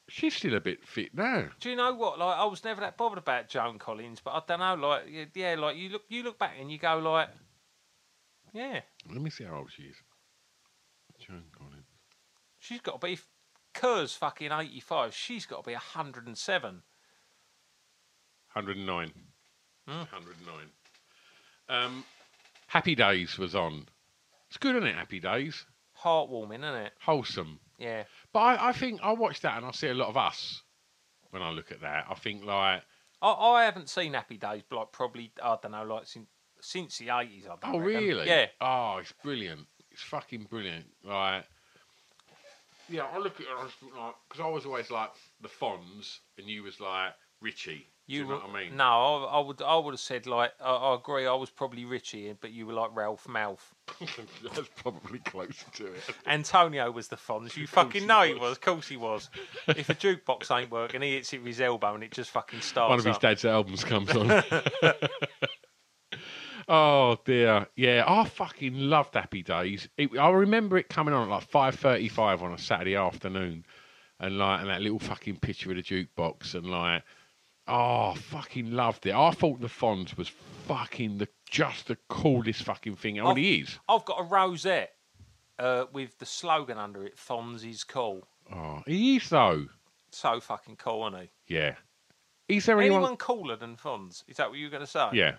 S3: She's still a bit fit now.
S1: Do you know what? Like, I was never that bothered about Joan Collins, but I don't know. Like, y- yeah, like you look, you look back and you go, like, yeah,
S3: Let me see how old she is. Joan Collins.
S1: she's got to be. If Kerr's fucking eighty-five. She's got to be hundred and seven.
S3: 109.
S1: Hmm.
S3: 109. Um, Happy Days was on. It's good, isn't it? Happy Days.
S1: Heartwarming, isn't it?
S3: Wholesome.
S1: Yeah.
S3: But I, I think I watch that and I see a lot of us when I look at that. I think, like,
S1: I, I haven't seen Happy Days, but, like probably I don't know, like since since the eighties. I don't
S3: oh,
S1: reckon.
S3: really?
S1: um, Yeah.
S3: Oh, it's brilliant. It's fucking brilliant. Like, yeah, I look at it and I just think, like, because I was always like the Fonz and you was like Richie.
S1: You
S3: know
S1: were-
S3: what I mean?
S1: No, I, I would. I would have said like I, I agree. I was probably Richie, but you were like Ralph Mouth.
S3: (laughs) That's probably closer to it.
S1: Antonio was the Fonz. You fucking know he was. Of course he
S3: (laughs)
S1: was. if a jukebox ain't working, he hits it with his elbow and it just fucking starts.
S3: One of his
S1: up.
S3: dad's albums comes (laughs) on. oh dear, yeah, I fucking loved Happy Days. It, I remember it coming on at like five thirty-five on a Saturday afternoon, and like and that little fucking picture of the jukebox, and like, oh, fucking loved it. I thought the Fonz was fucking the just the coolest fucking thing. Oh,
S1: I've-
S3: he is.
S1: I've got a rosette uh, with the slogan under it: "Fonz is cool."
S3: Oh, he is though.
S1: So fucking cool, isn't he?
S3: Yeah. Is there
S1: Anyone,
S3: anyone?
S1: cooler than Fonz? Is that what you were going to say?
S3: Yeah.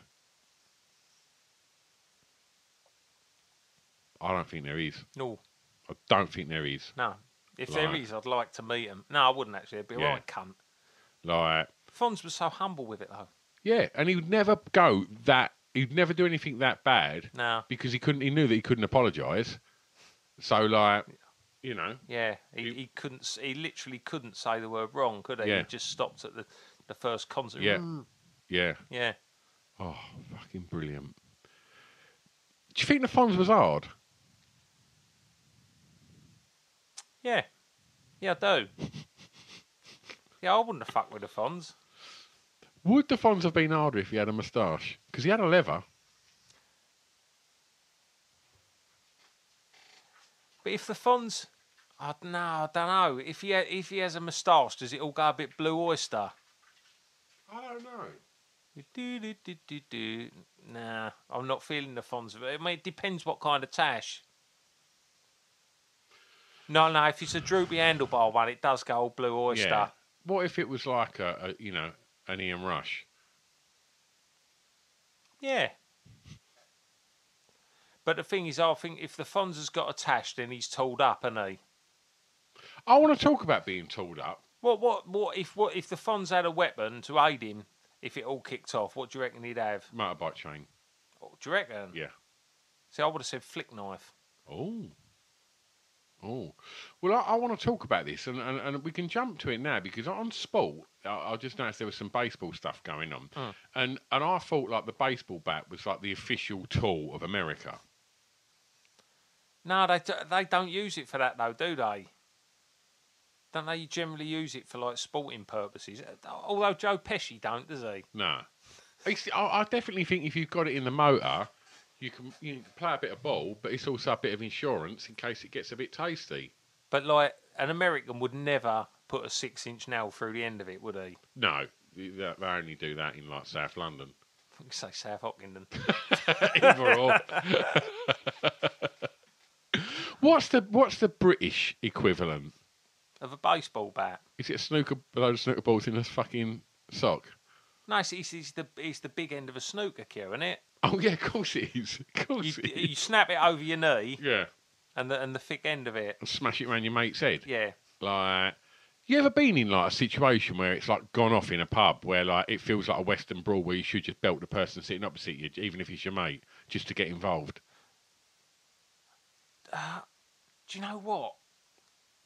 S3: I don't think there is.
S1: No,
S3: I don't think there is.
S1: no. If there
S3: Like-
S1: is, I'd like to meet him. No, I wouldn't actually. It'd be a
S3: Yeah.
S1: right cunt.
S3: Like,
S1: Fonz was so humble with it though.
S3: yeah, and he would never go that. He'd never do anything that bad
S1: No,
S3: because he couldn't. He knew that he couldn't apologise. So, like, you know,
S1: yeah, he, he couldn't. s- He literally couldn't say the word wrong, could he?
S3: Yeah.
S1: He just stopped at the the first concert.
S3: yeah, yeah.
S1: yeah.
S3: Oh, fucking brilliant. Do you think the Fonz was hard?
S1: Yeah. Yeah, I do. yeah, I wouldn't have fucked with the Fonz.
S3: Would the Fonz have been harder if he had a moustache? Because he had a lever.
S1: But if the Fonz, I don't know, I don't know. If he ha- if he has a moustache, does it all go a bit blue oyster?
S3: I don't know.
S1: Do, do, do, do, do. Nah, I'm not feeling the Fonz. I mean, it depends what kind of tash. No, no. If it's a droopy handlebar one, it does go all blue oyster.
S3: Yeah. What if it was like a, a you know, an Ian Rush?
S1: Yeah. But the thing is, I think if the Fonz has got a tash, then he's tooled up, and he.
S3: I want to talk about being tooled up.
S1: What what what if what if the Fonz had a weapon to aid him if it all kicked off? What do you reckon he'd have?
S3: Motorbike chain.
S1: Oh, Do you reckon?
S3: Yeah.
S1: See, I would have said flick knife.
S3: Oh. Oh. Well, I, I want to talk about this, and, and, and we can jump to it now because on sport, I, I just noticed there was some baseball stuff going on. And, and I thought like the baseball bat was like the official tool of America.
S1: No, they d- they don't use it for that though, do they? Don't they generally use it for like sporting purposes? Although Joe Pesci don't, does he?
S3: No. It's, I, I definitely think if you've got it in the motor, you can, you can play a bit of ball, but it's also a bit of insurance in case it gets a bit tasty.
S1: But like an American would never put a six-inch nail through the end of it, would he? (laughs)
S3: No, they, they they only do that in like South London.
S1: Say South Hopkinton.
S3: Either
S1: (laughs)
S3: or. what's the what's the British equivalent?
S1: of a baseball bat.
S3: Is it a snooker a load of snooker balls in a fucking sock? (laughs)
S1: No, it's, it's, it's the it's the big end of a snooker cue, isn't it?
S3: Oh yeah, of course it is. Of
S1: You,
S3: course it
S1: you
S3: is.
S1: snap it over your knee
S3: Yeah.
S1: and the and the thick end of it.
S3: And smash it around your mate's head.
S1: Yeah.
S3: Like you ever been in like a situation where it's like gone off in a pub where like it feels like a western brawl where you should just belt the person sitting opposite you, even if it's your mate, just to get involved.
S1: do you know what?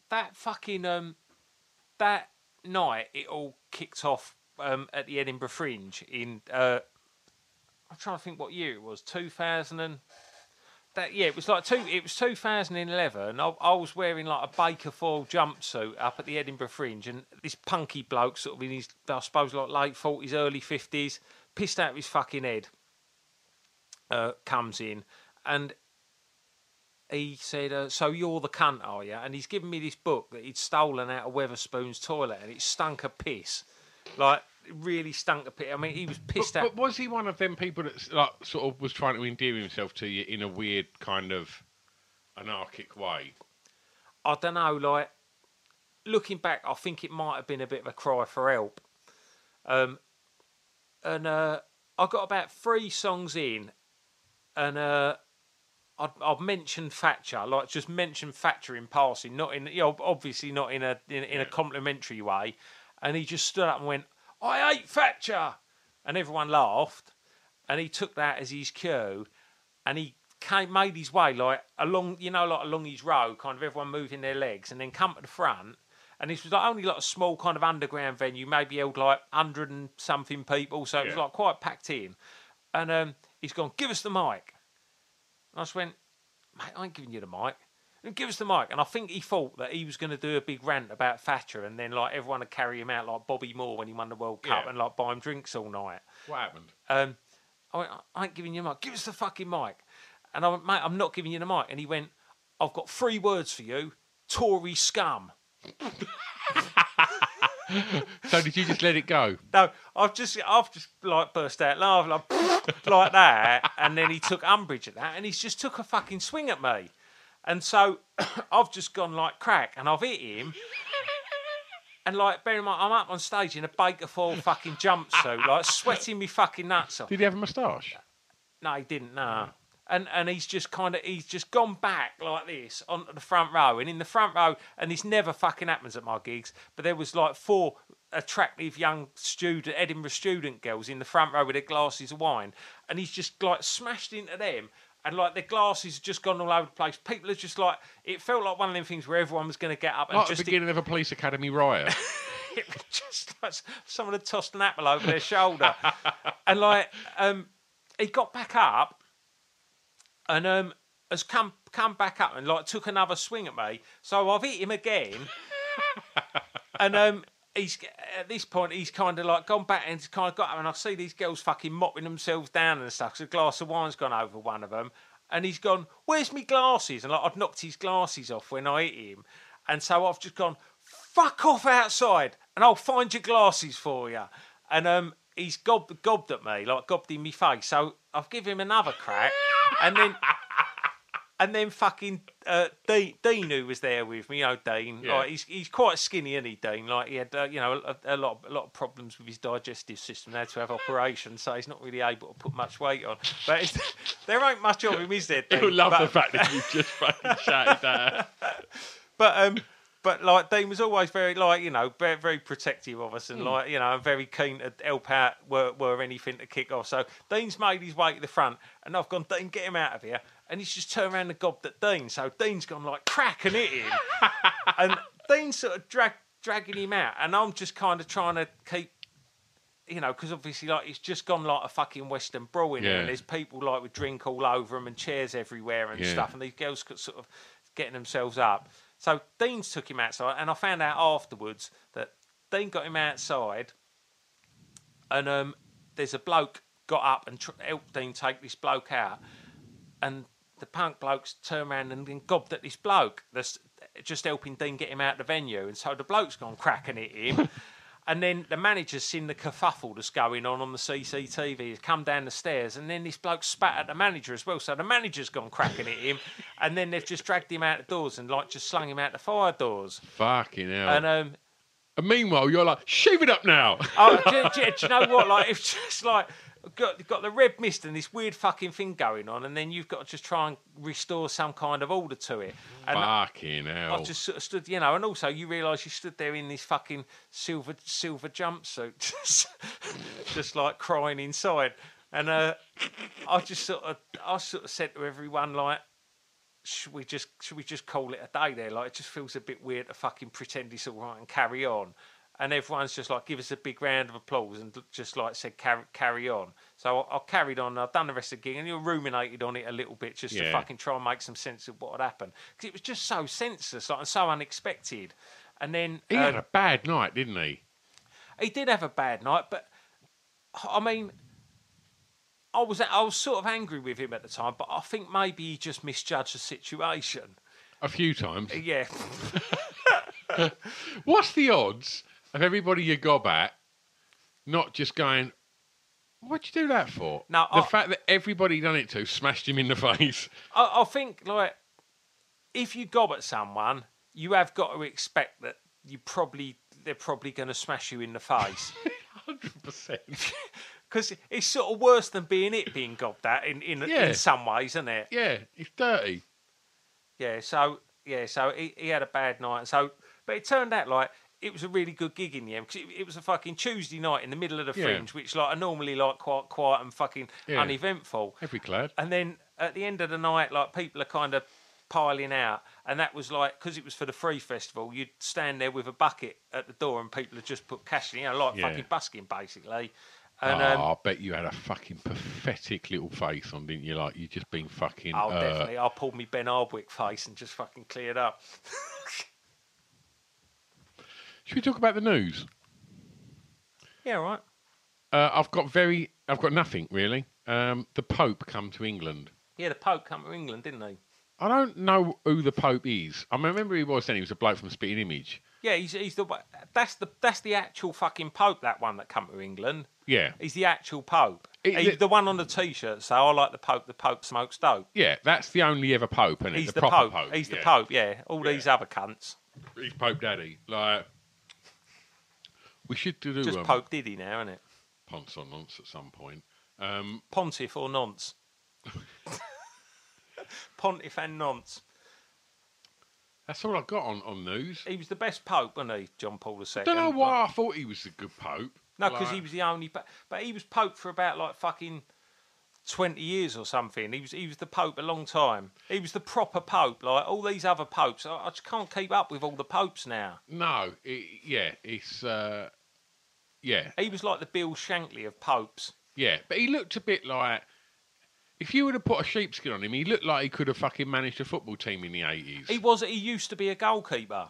S1: That fucking um, that night it all kicked off um at the Edinburgh Fringe in uh, I'm trying to think what year it was. 2000 and that yeah, it was like two. It was 2011. I, I was wearing like a Baker foil jumpsuit up at the Edinburgh Fringe, and this punky bloke, sort of in his I suppose like late 40s, early 50s, pissed out of his fucking head, uh, comes in, and he said, uh, "So you're the cunt, are you?" And he's given me this book that he'd stolen out of Weatherspoon's toilet, and it stunk a piss, like it really stunk a piss. I mean, he was pissed
S3: But,
S1: out.
S3: but was he one of them people that like sort of was trying to endear himself to you in a weird kind of anarchic way?
S1: I don't know, like looking back, I think it might have been a bit of a cry for help. Um, and uh, I got about three songs in, and uh, I'd, I'd mentioned Thatcher, like just mentioned Thatcher in passing, not in, you know, obviously not in a in, in a complimentary way. And he just stood up and went, "I hate Thatcher," and everyone laughed. And he took that as his cue, and he came made his way like along, you know, like along his row, kind of everyone moving their legs, and then come to the front. And this was like only like a small kind of underground venue, maybe held like hundred and something people, so it was
S3: Yeah.
S1: like quite packed in. And um, he's gone, give us the mic. And I just went, mate, I ain't giving you the mic. And give us the mic. And I think he thought that he was going to do a big rant about Thatcher, and then like everyone would carry him out like Bobby Moore when he won the World Cup,
S3: Yeah.
S1: and like buy him drinks all night.
S3: What happened?
S1: Um, I went, I ain't giving you the mic. Give us the fucking mic. And I went, mate, I'm not giving you the mic. And he went, I've got three words for you Tory scum.
S3: So did you just let it go?
S1: No, I've just, I've just like burst out laughing like, (laughs) like that. And then he took umbrage at that and he's just took a fucking swing at me. And so (coughs) I've just gone like crack and I've hit him. And like, bear in mind, I'm up on stage in a Baker Fall fucking jumpsuit, like sweating me fucking nuts off.
S3: Did he have a moustache?
S1: No, he didn't. No. And and he's just kind of he's just gone back like this onto the front row, and in the front row, and this never fucking happens at my gigs. But there was like four attractive young student Edinburgh student girls in the front row with their glasses of wine, and he's just like smashed into them. And like their glasses have just gone all over the place. People are just like, it felt like one of them things where everyone was going to get up and
S3: Like the
S1: just
S3: beginning of a police academy (laughs) riot.
S1: (laughs) it was just like someone had tossed an apple over their shoulder. and like um he got back up and um has come come back up and like took another swing at me. So I've hit him again. and um he's at this point he's kind of like gone back and he's kind of got up and I see these girls fucking mopping themselves down and stuff 'cause a glass of wine's gone over one of them and he's gone where's me glasses and like I've knocked his glasses off when I hit him and so I've just gone fuck off outside and I'll find your glasses for you and um he's gob- gobbed at me like gobbed in me face so I've given him another crack and then and then fucking uh, Dean, Dean, who was there with me, you know, Dean,
S3: Yeah.
S1: like he's he's quite skinny, isn't he, Dean? Like he had, uh, you know, a, a lot of, a lot of problems with his digestive system. They had to have operations, so he's not really able to put much weight on. But it's, (laughs) there ain't much of him, is
S3: (laughs)
S1: there? Dean?
S3: You love
S1: but,
S3: the fact that you just fucking (laughs) shouted that. out.
S1: but um, but like Dean was always very like you know very, very protective of us and like you know very keen to help out were were anything to kick off. So Dean's made his way to the front, and I've gone Dean, get him out of here, and he's just turned around and gobbed at Dean. So Dean's gone like crack and hit him, and Dean's sort of drag, dragging him out, and I'm just kind of trying to keep. You know, because obviously, like it's just gone like a fucking Western brawl in here,
S3: Yeah.
S1: and there's people like with drink all over them and chairs everywhere and
S3: Yeah.
S1: stuff, and these girls could sort of getting themselves up. So Dean's took him outside, and I found out afterwards that Dean got him outside, and um, there's a bloke got up and tr- helped Dean take this bloke out, and the punk blokes turned around and then gobbed at this bloke that's just helping Dean get him out the venue, and so the bloke's gone cracking at him. And then the manager's seen the kerfuffle that's going on on the CCTV. He's come down the stairs, and then this bloke spat at the manager as well. So the manager's gone cracking at him, and then they've just dragged him out the doors and like just slung him out the fire doors.
S3: Fucking hell.
S1: And um,
S3: And meanwhile, you're like, shave it up now.
S1: oh, do, do- do you know what? Like it's (laughs) just like got got the red mist and this weird fucking thing going on, and then you've got to just try and restore some kind of order to it. And
S3: Fucking hell.
S1: I just sort of stood, you know, and also you realise you stood there in this fucking silver silver jumpsuit, (laughs) just, just like crying inside. And uh, I just sort of, I sort of said to everyone like, should we just should we just call it a day there? Like it just feels a bit weird to fucking pretend it's all right and carry on. And everyone's just like, give us a big round of applause and just like said, carry, carry on. So I, I carried on. and I've done the rest of the gig and you ruminated on it a little bit just to
S3: Yeah.
S1: fucking try and make some sense of what had happened. Because it was just so senseless like, and so unexpected. And then
S3: he
S1: uh,
S3: had a bad night, didn't he?
S1: he did have a bad night, but I mean, I was I was sort of angry with him at the time, but I think maybe he just misjudged the situation.
S3: A few times.
S1: Yeah,
S3: What's the odds of everybody you gob at not just going, what'd you do that for?
S1: No,
S3: the
S1: I-
S3: fact that everybody done it to smashed him in the (laughs) face.
S1: I, I think like if you gob at someone, you have got to expect that you probably they're probably going to smash you in the
S3: (laughs)
S1: face.
S3: 100%.
S1: Because it's sort of worse than being it being gobbed at in, in,
S3: Yeah.
S1: in some ways, isn't it?
S3: Yeah, it's dirty.
S1: Yeah, so yeah, so he, he had a bad night. So, but it turned out like it was a really good gig in the end because it, it was a fucking Tuesday night in the middle of the
S3: Yeah.
S1: fringe, which like are normally like quite quiet and fucking
S3: Yeah.
S1: uneventful.
S3: Every clad.
S1: And then at the end of the night, like people are kind of piling out, and that was like because it was for the free festival. You'd stand there with a bucket at the door, and people had just put cash in, you know, like
S3: Yeah.
S1: fucking busking basically. And
S3: Ah,
S1: um,
S3: I bet you had a fucking pathetic little face on, didn't you? Like you just been fucking.
S1: oh,
S3: uh,
S1: definitely, I pulled me Ben Hardwick face and just fucking cleared up. (laughs)
S3: Should we talk about the news?
S1: yeah, all right.
S3: Uh, I've got very, I've got nothing really. Um, the Pope come to England.
S1: Yeah, the Pope come to England, didn't he?
S3: I don't know who the Pope is. I remember he was then. He was a bloke from Spitting Image.
S1: Yeah, he's, he's the that's the that's the actual fucking Pope. That one that come to England.
S3: Yeah,
S1: He's the actual Pope.
S3: He-
S1: he's the one on the T-shirt. So I like the Pope. The Pope smokes dope.
S3: yeah. That's the only ever Pope, and
S1: He's the,
S3: proper
S1: Pope.
S3: Pope.
S1: He's the
S3: yeah.
S1: Pope. Yeah. All these other cunts.
S3: He's Pope Daddy. Like we should do
S1: Just
S3: um,
S1: Pope Diddy now, isn't it?
S3: Ponce or Nonce at some point. Um,
S1: Pontiff or
S3: (laughs)
S1: nonce. Pontiff and nonce.
S3: that's all I've got on on news.
S1: He was the best Pope, wasn't he, John Paul II?
S3: I don't know why I thought he was a good Pope.
S1: No, because he
S3: Like-
S1: was the only. po- But he was Pope for about like fucking twenty years or something. He was he was the Pope a long time. He was the proper Pope. Like all these other popes, I, I just can't keep up with all the popes now.
S3: No, it, yeah, it's uh, yeah,
S1: He was like the Bill Shankly of popes.
S3: yeah. But he looked a bit like if you would have put a sheepskin on him, he looked like he could have fucking managed a football team in the eighties.
S1: He was. He used to be a goalkeeper.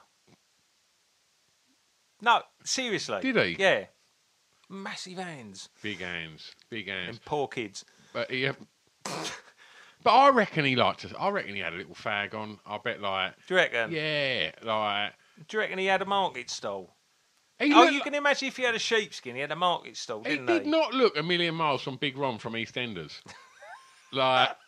S1: No, seriously.
S3: Did he?
S1: Yeah. Massive hands
S3: Big hands, big hands.
S1: and poor kids.
S3: But he, but I reckon he liked to. I reckon he had a little fag on. I bet like
S1: Do you reckon?
S3: yeah, like
S1: Do you reckon he had a market stall?
S3: he
S1: oh,
S3: looked
S1: you
S3: like-
S1: can imagine if he had a sheepskin, he had a market stall,
S3: He
S1: didn't he?
S3: did not look a million miles from Big Ron from EastEnders.
S1: (laughs)
S3: like (laughs)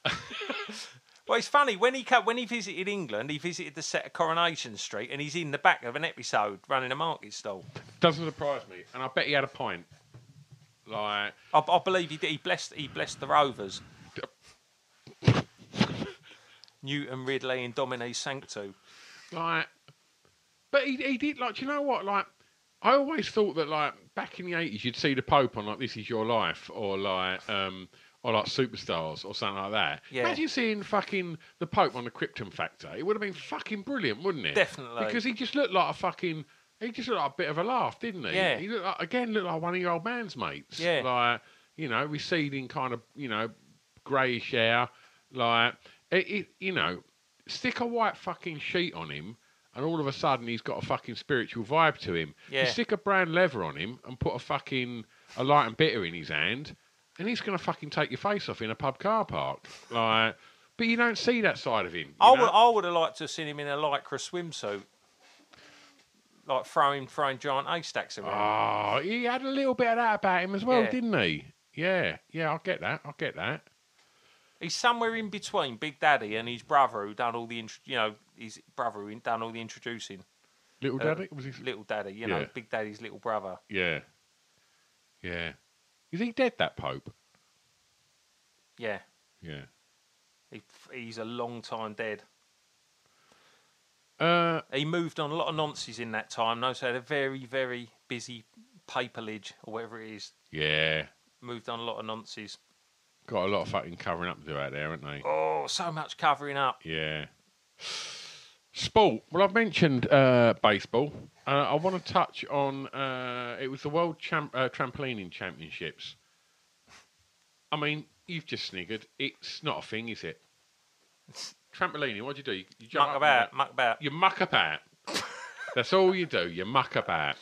S1: Well, it's funny when he came, when he visited England, he visited the set of Coronation Street, and he's in the back of an episode running a market stall.
S3: doesn't surprise me. And I bet he had a pint. Like
S1: I, I believe he did. He blessed he blessed the Rovers. Newton, Ridley, and Dominique Sanctu.
S3: Like, but he, he did like. Do you know what? Like, I always thought that like back in the eighties, you'd see the Pope on like "This Is Your Life" or like um or like Superstars or something like that.
S1: Yeah.
S3: Imagine seeing fucking the Pope on the Krypton Factor. It would have been fucking brilliant, wouldn't it?
S1: Definitely.
S3: Because he just looked like a fucking. He just looked like a bit of a laugh, didn't he?
S1: Yeah.
S3: He looked like, again looked like one of your old man's mates.
S1: Yeah.
S3: Like you know, receding kind of you know, greyish hair. Like it, it you know, stick a white fucking sheet on him, and all of a sudden he's got a fucking spiritual vibe to him.
S1: Yeah.
S3: You stick a brown leather on him and put a fucking a light and bitter in his hand, and he's gonna fucking take your face off in a pub car park. Like, but you don't see that side of him. you
S1: I would
S3: know?
S1: Oh, I would have liked to have seen him in a lycra swimsuit, like throwing throwing giant haystacks around.
S3: Oh, he had a little bit of that about him as well,
S1: Yeah.
S3: didn't he? Yeah, yeah, I get that. I get that.
S1: He's somewhere in between Big Daddy and his brother, who done all the intro- you know his brother who done all the introducing.
S3: Little
S1: Uh,
S3: daddy was he?
S1: Little Daddy, you know,
S3: Yeah.
S1: Big Daddy's little brother.
S3: Yeah, yeah. Is he dead? That Pope?
S1: Yeah,
S3: Yeah.
S1: he, he's a long time dead.
S3: Uh,
S1: He moved on a lot of nonsense in that time. No, so had a very very busy paperlage or whatever it is.
S3: yeah.
S1: Moved on a lot of nonsense.
S3: Got a lot of fucking covering up to do out there, haven't they?
S1: Oh, so much covering up.
S3: Yeah. Sport. Well, I've mentioned uh, baseball. Uh, I want to touch on uh, it was the World Champ- uh, Trampolining Championships. I mean, you've just sniggered. It's not a thing, is it? Trampolining, what do you do? You, you jump
S1: Muck
S3: up and
S1: about,
S3: down.
S1: muck about.
S3: You muck about. That's all you do. You muck about.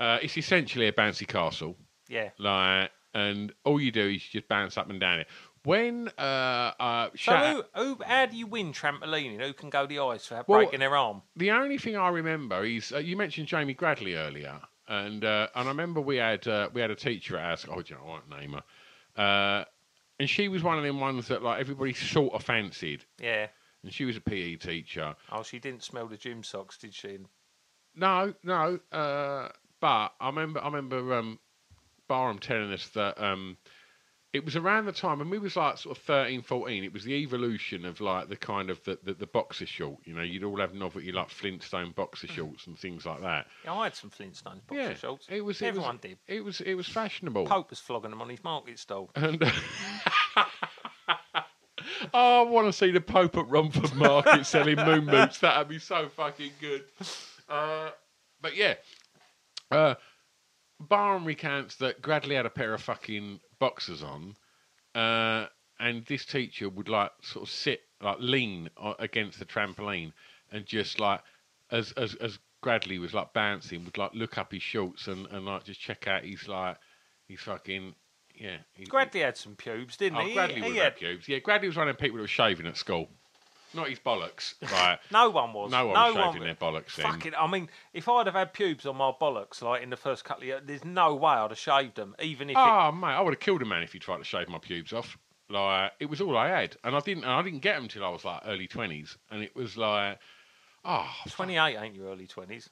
S3: Uh, it's essentially a bouncy castle.
S1: Yeah.
S3: Like, and all you do is you just bounce up and down it. When uh, uh,
S1: So
S3: shout out-
S1: who, who, how do you win trampolining? Who can go the ice without
S3: Well,
S1: breaking their arm?
S3: the only thing I remember is uh, you mentioned Jamie Gradley earlier, and uh, and I remember we had uh, we had a teacher at our school. Oh, do you know, I won't name her. Uh, and she was one of them ones that like everybody sort of fancied,
S1: Yeah.
S3: and she was a PE teacher.
S1: Oh, she didn't smell the gym socks, did she?
S3: No, no, uh, but I remember I remember um, Barham telling us that um, it was around the time when we was like sort of 13, 14, it was the evolution of like the kind of the, the, the boxer short. You know, you'd all have novelty like Flintstone boxer shorts and things like that.
S1: Yeah, I had some Flintstones Mm. boxer shorts.
S3: It was it was-
S1: everyone did.
S3: It was it was fashionable. Uh,
S1: Pope was flogging them on his market stall.
S3: And (laughs) Oh, I want to see the Pope at Romford Market selling moon boots. That'd be so fucking good. Uh, but yeah, uh, Barham recounts that Gradley had a pair of fucking boxers on, uh, and this teacher would like sort of sit, like lean o- against the trampoline, and just like as as as Gradley was like bouncing, would like look up his shorts and and like just check out his like his fucking yeah. his-
S1: Gradley had some pubes, didn't
S3: Oh,
S1: he?
S3: Gradley
S1: He-
S3: would
S1: he
S3: have
S1: had-
S3: had pubes. Yeah, Gradley was one of them people that was shaving at school. Not his bollocks.
S1: (laughs)
S3: Right.
S1: No one was.
S3: No one was shaving their bollocks then.
S1: Fucking, I mean, if I'd have had pubes on my bollocks, like in the first couple of years, there's no way I'd have shaved them, even if it,
S3: oh mate, I would have killed a man if he tried to shave my pubes off. Like it was all I had, and I didn't. And I didn't get them till I was like early twenties, and it was like, oh,
S1: 28 ain't your early 20s.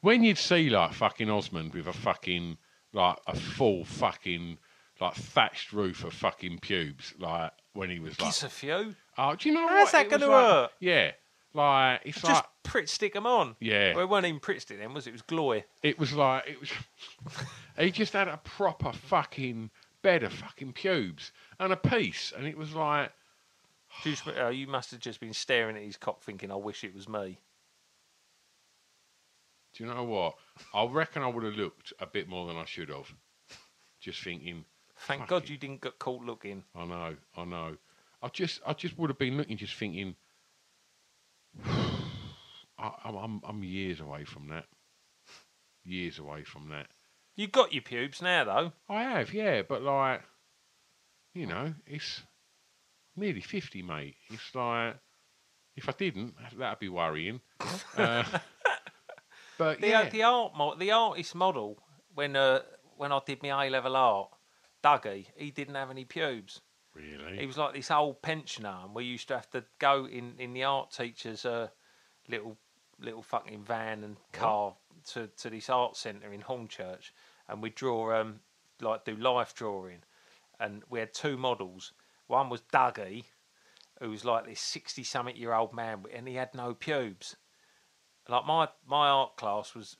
S3: when you'd see like fucking Osmond with a fucking like a full fucking like thatched roof of fucking pubes, like when he was like,
S1: Kiss a few.
S3: oh, do you know
S1: How's
S3: what?
S1: that
S3: It was
S1: gonna
S3: like-
S1: hurt?
S3: Yeah, like it's
S1: Just
S3: like
S1: prit stick them on.
S3: Yeah.
S1: Well, it weren't even prit stick then, was it? It was glory.
S3: It was like it was. (laughs) he just had a proper fucking bed of fucking pubes and a piece, and it was like,
S1: Just, uh, you must have just been staring at his cock thinking, I wish it was me.
S3: do you know what? I reckon I would have looked a bit more than I should have. Just thinking,
S1: Thank
S3: Fuck
S1: God
S3: it.
S1: you didn't get caught looking.
S3: I know, I know. I just, I just would have been looking, just thinking. (sighs) I, I'm, I'm, I'm years away from that. Years away from that.
S1: You got your pubes now, though.
S3: I have, yeah, but like, you know, it's nearly fifty, mate. It's like, if I didn't, that'd be
S1: (laughs)
S3: worrying. uh, but
S1: The, uh,
S3: yeah,
S1: the art mo- the artist model when uh, when I did my A level art, Dougie, he didn't have any pubes. He
S3: really,
S1: was like this old pensioner, and we used to have to go in, in the art teacher's uh, little little fucking van and car to, to this art centre in Hornchurch, and we draw um like do life drawing, and we had two models. One was Dougie, who was like this sixty something year old man, and he had no pubes. Like my my art class was,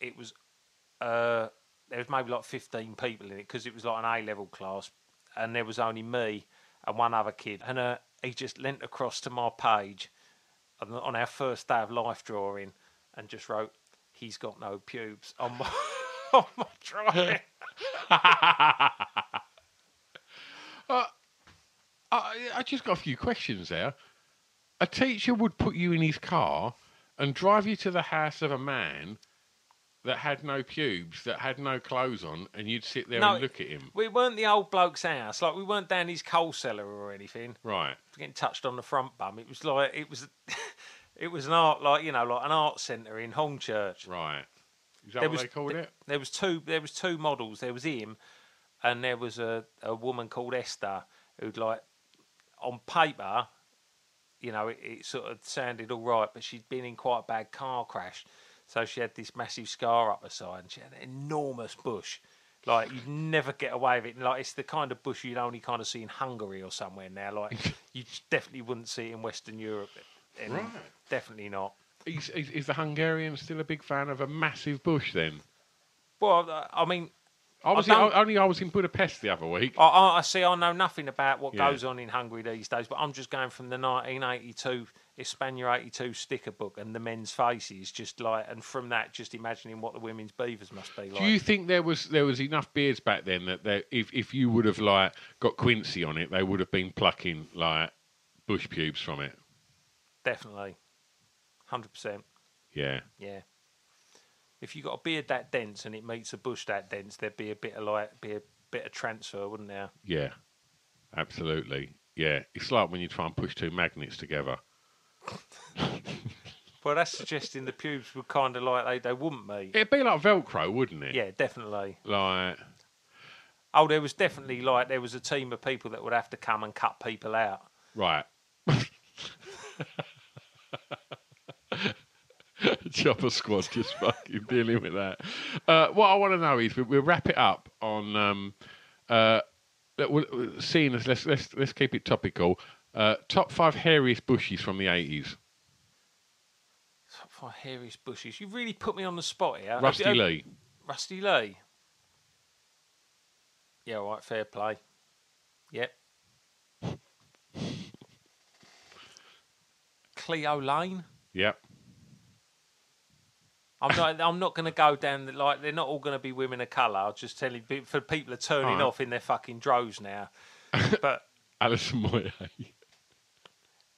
S1: it was uh, there was maybe like 15 people in it because it was like an A level class, and there was only me and one other kid. And uh, he just leant across to my page on, on our first day of life drawing and just wrote, He's got no pubes on my, (laughs) on my drawing.
S3: (laughs) I, I just got a few questions there. A teacher would put you in his car and drive you to the house of a man that had no pubes, that had no clothes on, and you'd sit there
S1: No,
S3: and look at him.
S1: We weren't the old bloke's house, like, we weren't down his coal cellar or anything.
S3: Right.
S1: getting touched on the front bum. It was like, it was. (laughs) It was an art, like you know, like an art centre in Hornchurch.
S3: Right. Is that
S1: There
S3: what
S1: was-
S3: they called it?
S1: there was two there was two models there was him and there was a, a woman called esther who'd like on paper you know it, it sort of sounded all right but she'd been in quite a bad car crash so she had this massive scar up her side and she had an enormous bush like you'd never get away with it like it's the kind of bush you'd only kind of see in hungary or somewhere now
S3: (laughs)
S1: like you definitely wouldn't see it in western europe and
S3: Right.
S1: definitely not
S3: Is, is, is the Hungarian still a big fan of a massive bush then?
S1: well i mean
S3: I was
S1: I
S3: in,
S1: don't-
S3: only I was in Budapest the other week.
S1: I, I, I see. I know nothing about what
S3: Yeah.
S1: goes on in Hungary these days, but I'm just going from the 1982 Hispania 82 sticker book and the men's faces, just like, and from that, just imagining what the women's beavers must be like.
S3: Do you think there was there was enough beards back then that there, if if you would have like got Quincy on it, they would have been plucking like bush pubes from it?
S1: Definitely, hundred percent.
S3: Yeah,
S1: Yeah. If you got a beard that dense and it meets a bush that dense, there'd be a bit of like, be a bit of transfer, wouldn't there?
S3: yeah, absolutely. Yeah, it's like when you try and push two magnets together.
S1: Well, that's suggesting the pubes would kind of like they, they wouldn't meet.
S3: It'd be like Velcro, wouldn't it?
S1: Yeah, definitely.
S3: Like
S1: Oh, there was definitely like there was a team of people that would have to come and cut people out.
S3: right. (laughs) Chopper Squad just fucking dealing with that. Uh, what I want to know is we, we'll wrap it up on um, uh, that we'll- seeing as let's let's let's keep it topical. Uh, top five hairiest bushies from the eighties.
S1: Top five hairiest bushes. You really put me on the spot
S3: Uh,
S1: here. Have
S3: Rusty
S1: you-
S3: Lee.
S1: Rusty Lee. Yeah, all right, fair play. Yep. Cleo Lane.
S3: Yep.
S1: I'm not. I'm not going to go down. The, like they're not all going to be women of colour. I'll just tell you pe- for people are turning
S3: Alright.
S1: off in their fucking droves now. But (laughs)
S3: Alison Moyer.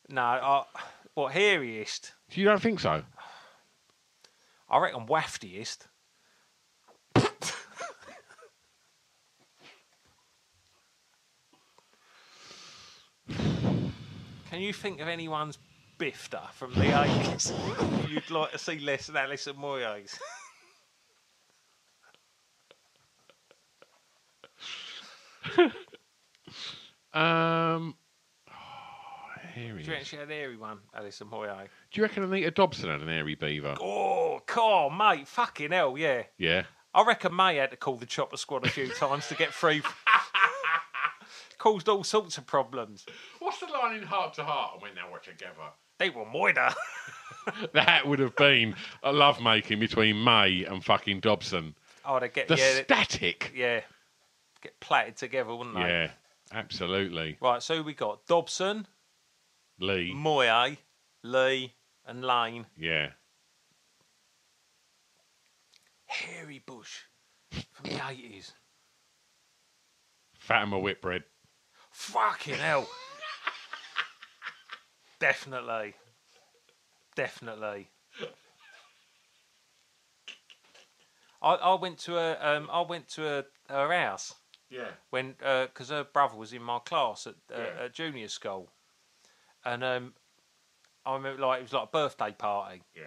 S1: no, I, what hairiest?
S3: you don't think so?
S1: I reckon waftiest. Can you think of anyone's bifter from the eighties? You'd like to see less than Alison Moyes.
S3: Um, oh, here
S1: Do
S3: he
S1: you
S3: is.
S1: actually had airy one, Alison Moyes?
S3: Do you reckon Anita Dobson had an airy beaver?
S1: Oh, God, mate, fucking hell, yeah.
S3: Yeah.
S1: I reckon May had to call the chopper squad a few times to get (laughs) free. Caused all sorts of problems.
S3: What's the line in Heart to Heart when now we're together?
S1: They were moider.
S3: That would have been a love making between May and fucking Dobson.
S1: Oh, they get
S3: The
S1: yeah, they-
S3: static.
S1: yeah, get platted together, wouldn't they?
S3: Yeah, absolutely.
S1: Right, so we got Dobson,
S3: Lee.
S1: Moye, Lee, and Lane.
S3: Yeah.
S1: Hairy Bush from the eighties.
S3: Fatima Whitbread.
S1: Fucking hell. Definitely. Definitely. I, I went to a um, I went to a, her house
S3: Yeah.
S1: when because her brother was in my class at, uh,
S3: Yeah.
S1: at junior school, and um, I remember like it was like a birthday party,
S3: Yeah.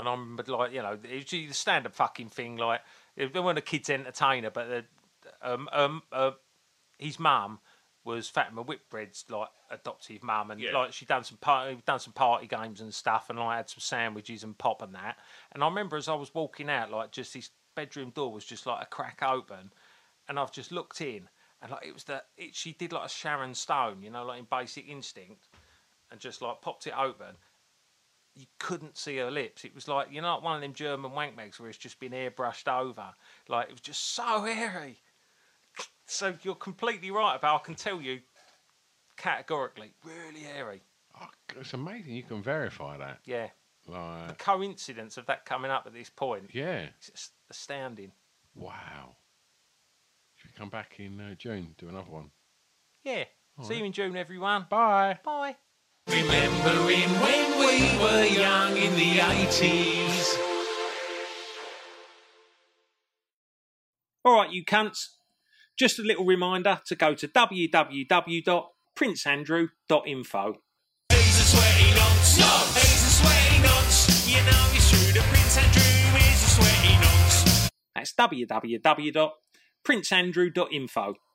S1: And I remember, like, you know, it's the standard fucking thing. Like, they weren't a kid's entertainer, but the, um, um, uh, his mum was Fatima Whitbread's like adoptive mum, and
S3: Yeah.
S1: like she done some party, done some party games and stuff, and I had some sandwiches and pop and that. And I remember as I was walking out, like, just his bedroom door was just like a crack open, and I've just looked in, and like it was the it, she did like a Sharon Stone, you know, like in Basic Instinct, and just like popped it open, you couldn't see her lips. It was like you know like one of them German wank mags where it's just been airbrushed over. Like it was just so hairy. So you're completely right about. I can tell you categorically, really hairy.
S3: Oh, it's amazing you can verify that.
S1: Yeah, the
S3: Like,
S1: coincidence of that coming up at this point
S3: yeah.
S1: is just astounding.
S3: Wow. Should we come back in uh, June, do another one?
S1: Yeah. See you in June, everyone.
S3: Bye.
S1: Bye.
S2: Remembering when we were young in the 80s.
S8: All right, you cunts. Just a little reminder to go to www.princeandrew.info.
S2: He's a sweaty nonce. No. He's a sweaty nonce. You know it's true that Prince Andrew is a sweaty nonce.
S8: That's www.princeandrew.info.